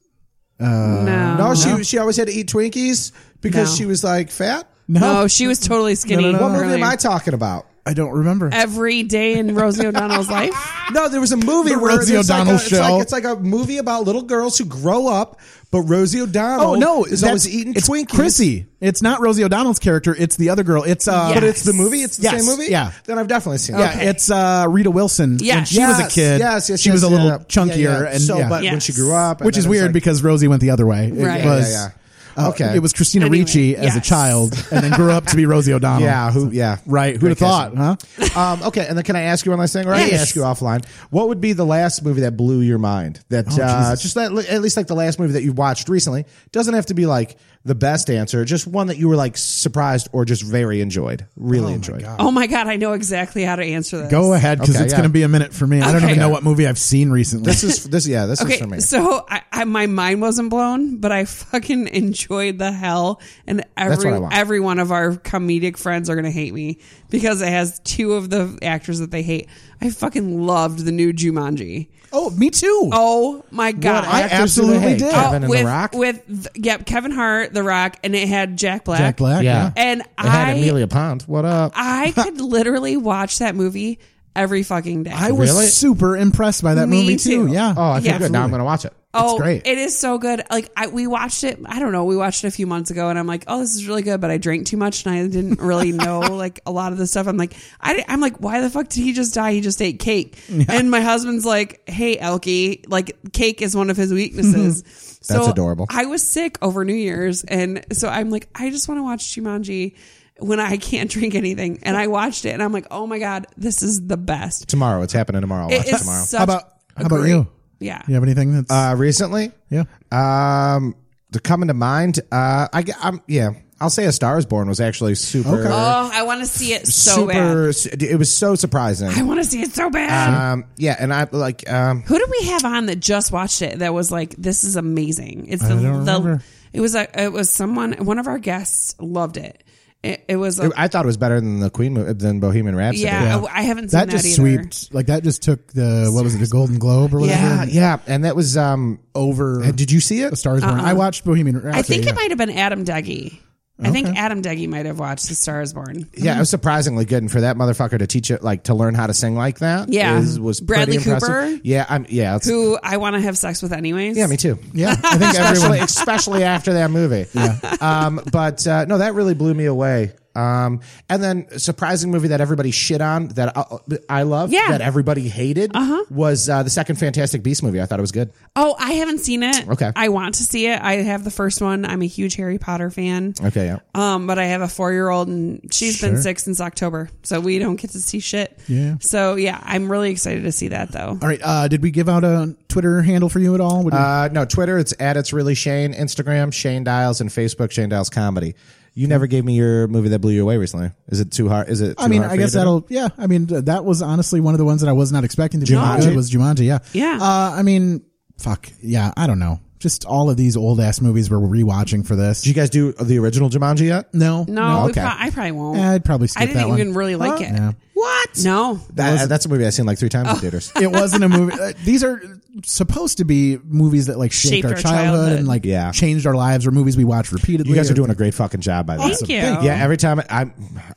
Uh,
No.
no, she she always had to eat Twinkies because
Uh-huh. No.
she was like fat.
No. No, she was totally skinny. No, no, no.
What movie
Really.
am I talking about?
I don't remember.
Every day in Rosie O'Donnell's life.
No, there was a movie
The
where
Rosie
there's like
O'Donnell
a- it's like-
show.
It's like, a movie about little girls who grow up, but Rosie O'Donnell.
Oh no!
is
that's-
always eating
it's
Twinkies.
Chrissy. It's not Rosie O'Donnell's character. It's the other girl. It's uh,
but it's the movie. It's the
Yes,
same movie.
Yeah,
then I've definitely seen.
yeah.
it.
It's uh, Rita Wilson.
Yes.
when she was a
Yes,
kid.
yes, yes,
She was a
yes,
little
yeah.
chunkier,
Yeah, yeah.
and
So,
yeah.
but when she grew up, and
which
then
is
it was
weird
like-
because Rosie went the other way. It
Right.
was
Yeah, yeah, yeah.
uh,
Okay.
it was Christina
Anyway,
Ricci as a child, and then grew up to be Rosie O'Donnell.
Yeah, who? Yeah,
right. Who'd have thought? Huh?
um, okay, and then can I ask you one last thing, or I can
Yes.
ask you offline? What would be the last movie that blew your mind? That
Oh,
uh,
Jesus.
just that, at least like the last movie that you watched recently doesn't have to be like the best answer. Just one that you were like surprised or just very enjoyed, really enjoyed.
Oh my God, I know exactly how to answer this.
Go ahead, because
Okay,
it's
yeah.
going to be a minute for me. I don't
Okay.
even know what movie I've seen recently.
This is this. Yeah, this
okay, so I, I, my mind wasn't blown, but I fucking enjoyed the hell, and
That's
every
what I want.
every one of our comedic friends are gonna hate me because it has two of the actors that they hate. I fucking loved the new Jumanji.
Oh, me too.
Oh my god,
I actors do they absolutely hate? did. Kevin and The
with,
Rock?
with th- yep, Kevin Hart, The Rock, and it had Jack Black.
Jack Black, yeah.
and
It had
I
Amelia Pond. What up?
I could literally watch that movie every fucking day.
I was super impressed by that
Me
movie too.
too.
Yeah.
Oh, I feel Yeah. good. Now I'm
gonna watch it.
Oh,
it's great.
It is so good. Like I, we watched it. I don't know. We watched it a few months ago, and I'm like, oh, this is really good. But I drank too much, and I didn't really know like a lot of the stuff. I'm like, I, am like, why the fuck did he just die? He just ate cake. And my husband's like, hey, Elkie, like cake is one of his weaknesses.
That's adorable.
I was sick over New Year's, and so I'm like, I just want to watch Jumanji. When I can't drink anything, and I watched it, and I'm like, "Oh my god, this is the best!"
Tomorrow, it's happening tomorrow. I'll
It
watch
is
it tomorrow.
such How about- a
how about great- you?
Yeah,
You have anything that's
uh, recently?
Yeah.
Um, the coming to mind. Uh, I am yeah. I'll say a Star is Born was actually super.
Oh, I want to see it so bad.
super. It was so surprising.
I want to see it so bad.
Um, yeah, and I like. Um,
Who did we have on that just watched it that was like, this is amazing? It's
I
the,
don't
the
remember.
it was a, it was someone one of our guests loved it. It, it was a,
I thought it was better than the Queen movie, than Bohemian Rhapsody.
Yeah, I- I haven't seen that
just
either.
sweeped like that just took the what was it the Golden Globe or whatever.
Yeah, yeah, and that was um
over.
Did you see it?
A Star is Born.
Uh-uh.
I watched Bohemian Rhapsody.
I think
yeah.
it might have been Adam Deggy. I think Adam Deggy might have watched The Star Is Born.
Yeah, it was surprisingly good, and for that motherfucker to teach it, like to learn how to sing like that,
Yeah.
is- was
Bradley
pretty impressive.
Cooper?
Yeah, I'm. Yeah, it's,
who I want to have sex with anyways.
yeah, me too.
Yeah,
I think especially, especially after that movie. Yeah. Um, but uh, no, that really blew me away. Um, and then a surprising movie that everybody shit on that I, I love
Yeah. Uh-huh.
that everybody hated was uh, the second Fantastic Beast movie. I thought it was good.
Oh, I haven't seen it.
Okay.
I want to see it. I have the first one. I'm a huge Harry Potter fan.
Okay, yeah.
Um, but I have a four year old and she's been
Sure.
sick since October, so we don't get to see shit.
Yeah.
So yeah, I'm really excited to see that though.
All right. Uh, did we give out a Twitter handle for you at all? Would you-
Uh, no, Twitter, it's at It's Really Shane. Instagram, Shane Dials, and Facebook, Shane Dials Comedy. You never gave me your movie that blew you away recently. Is it too hard? Is it? Too
I mean,
hard
I
for
guess
you to do?
that'll. Yeah, I mean, th- that was honestly one of the ones that I was not expecting to be
Jumanji.
Jumanji. was Jumanji. Yeah,
yeah.
Uh, I mean, fuck. Yeah, I don't know. Just all of these old ass movies we're rewatching for this. Did
you guys do the original Jumanji yet?
No,
No, we pro- I probably won't.
Yeah, I'd probably skip
I didn't
that one.
even really like it.
Yeah.
What? No.
That, that's a movie I've seen like three times in theaters.
Oh, it wasn't a movie. Uh, these are supposed to be movies that like shaped,
Shaped
our,
our
childhood,
childhood.
and like changed our lives, or movies we watch repeatedly.
You guys are
or-
doing a great fucking job by the way.
Thank you.
Yeah, every time I, I,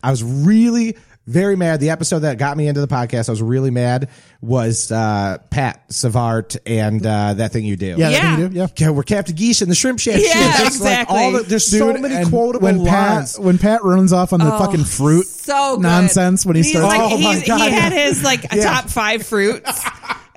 I was really very mad. The episode that got me into the podcast, I was really mad, was uh, Pat Savart and uh, that thing you do.
Yeah, that thing you do, yeah.
We're Captain Geese and the Shrimp Shack.
Yeah,
shit. It's like all the-
exactly.
there's so
Dude,
many
and
quotable
when
lines.
Pat, when Pat runs off on the
Oh,
fucking fruit
so good.
nonsense when he
he's
starts.
Like,
oh my
he's-
god,
He had his like
Yeah.
top five fruits,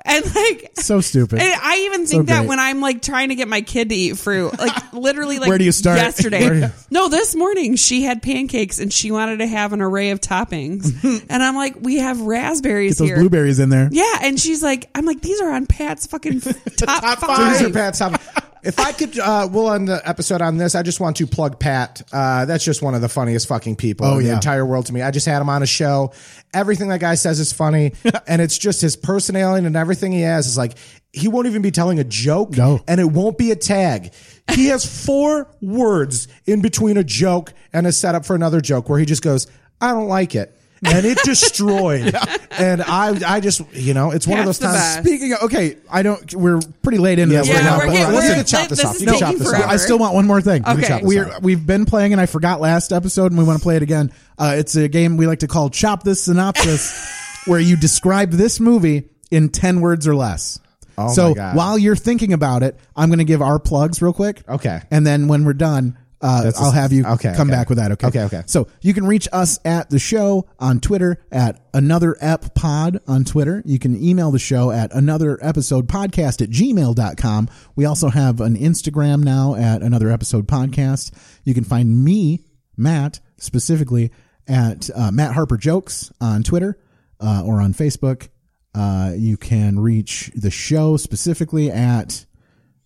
and like
so stupid.
And I even
So
think that
great.
when I'm like trying to get my kid to eat fruit, like literally, like
Where do you start? Where do you-
Yesterday, no, this morning she had pancakes and she wanted to have an array of toppings, and I'm like, we have raspberries
Get those
here,
blueberries in there.
Yeah, and she's like, I'm like, these are on Pat's fucking top, five.
These are Pat's top. If I could, uh, we'll end the episode on this. I just want to plug Pat. Uh, that's just one of the funniest fucking people
Oh,
in the
yeah.
entire world to me. I just had him on a show. Everything that guy says is funny, and it's just his personality and everything he has is like he won't even be telling a joke, no. and it won't be a tag. He has four words in between a joke and a setup for another joke where he just goes, "I don't like it." and it destroyed. And I, I just, you know, it's one of those
Pat's the
times.
best. Speaking of, okay, I don't. We're pretty late into
Yeah,
this
we're
right
not-
now.
we're
but
getting-
listen,
we're- You can chop this this off. is You can chop taking this off. forever.
I still want one more thing.
You can chop this
We're,
off.
we've been playing, and I forgot last episode, and we want to play it again. Uh, it's a game we like to call "Chop This Synopsis," where you describe this movie in ten words or less.
Oh
so
my God.
while you're thinking about it, I'm going to give our plugs real quick.
Okay.
And then when we're done, uh,
That's a-
I'll have you
okay,
come
okay.
back with that. Okay.
Okay, okay.
So you can reach us at the show on Twitter at another ep pod on Twitter. You can email the show at another episode podcast at gmail.com. We also have an Instagram now at another episode podcast. You can find me, Matt, specifically at uh, Matt Harper Jokes on Twitter uh, or on Facebook. Uh, you can reach the show specifically at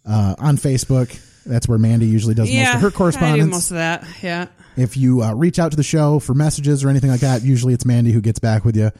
uh, on Facebook. That's where Mandy usually does most
Yeah,
of her correspondence
I do most of that. Yeah.
if you uh, reach out to the show for messages or anything like that, usually it's Mandy who gets back with you.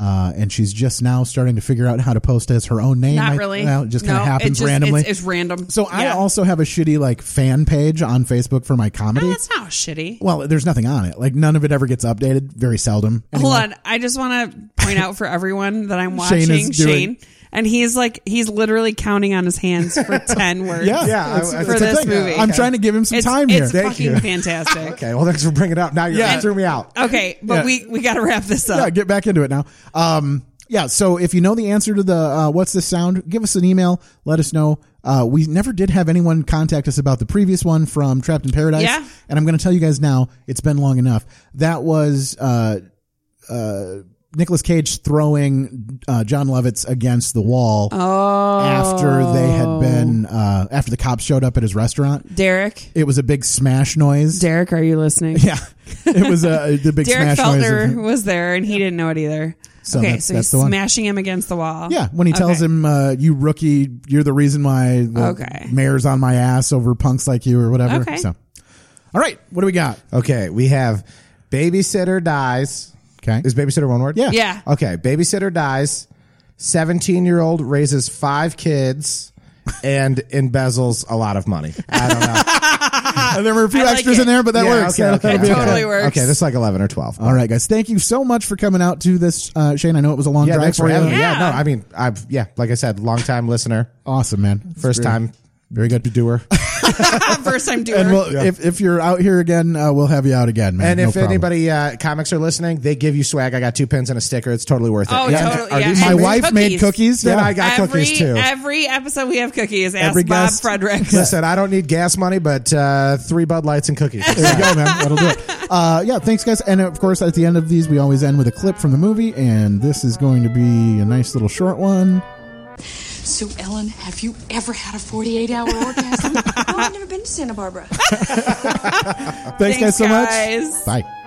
Uh, and she's just now starting to figure out how to post as her own name.
Not
I-
really.
well, it just kind
No,
of
it
happens
just-
randomly.
It's, it's random.
so I
Yeah.
also have a shitty like fan page on Facebook for my comedy.
Oh, That's not shitty.
well, there's nothing on it. Like none of it ever gets updated. Very seldom.
Hold on. I just want to point out for everyone that I'm
Shane is
watching Shane.
doing-
and he's like, he's literally counting on his hands for 10 words
Yeah, yeah,
for
it's- it's a
this
thing.
movie.
I'm trying to give him some
It's-
time here.
It's
Thank
fucking
you.
fantastic.
Okay, well, thanks for bringing it up. Now you
Yeah.
threw me out.
Okay, but
Yeah.
we, we got to wrap this
Yeah,
up.
get back into it now. Um, yeah, so if you know the answer to the uh, what's this sound, give us an email. Let us know. Uh, we never did have anyone contact us about the previous one from Trapped in Paradise.
Yeah.
And I'm going to tell you guys now, it's been long enough. That was uh, uh, Nicolas Cage throwing uh, John Lovitz against the wall after they
Oh.
had been, uh, after the cops showed up at his restaurant.
Derek.
It was a big smash noise.
Derek, are you listening?
Yeah. It was a, the big
Derek
smash noise. of
Feltner
him.
was there and he didn't know it either.
So
okay,
that's-
so
that's
he's
the one.
smashing him against the wall.
Yeah, when he tells
Okay.
him, uh, "You rookie, you're the reason why the
Okay.
mayor's on my ass over punks like you or whatever."
Okay.
So, all right, what do we got?
Okay, we have babysitter dies.
Okay,
is babysitter one word?
Yeah.
Yeah.
Okay, babysitter dies. Seventeen-year-old raises five kids and embezzles a lot of money. I don't know.
Uh, there were a few
I like
extras
it.
in there, but that
Yeah,
works.
okay,
That'll-
okay,
that'll be
okay.
Totally works.
Okay, this is like eleven or twelve.
All right, guys, thank you so much for coming out to this, uh, Shane. I know it was a long
Yeah,
drive
thanks
for
for
you.
having me. Yeah, no, I mean, I've yeah, like I said, long-time listener,
Awesome, man.
first time
very good
doer.
First time doing
And
it.
we'll, if if you're out here again, uh, we'll have you out again, man.
And
No
if
problem.
anybody uh, comics are listening, they give you swag. I got two pins and a sticker. It's totally worth it.
Oh,
Yeah.
totally.
Are
yeah.
these
and
my
the
wife made cookies.
Then
Yeah.
I got
every,
cookies too.
Every episode we have cookies. Ask
Every
Bob
guest-
Frederick.
Listen, I don't need gas money, but uh, three Bud Lights and cookies.
There you go, man. That'll do it. Uh, yeah, thanks, guys. And of course, at the end of these, we always end with a clip from the movie, and this is going to be a nice little short one.
So, Ellen, have you ever had a 48 hour orgasm?
Oh, I've never been to Santa Barbara.
Thanks, guys, so much.
guys.
Bye.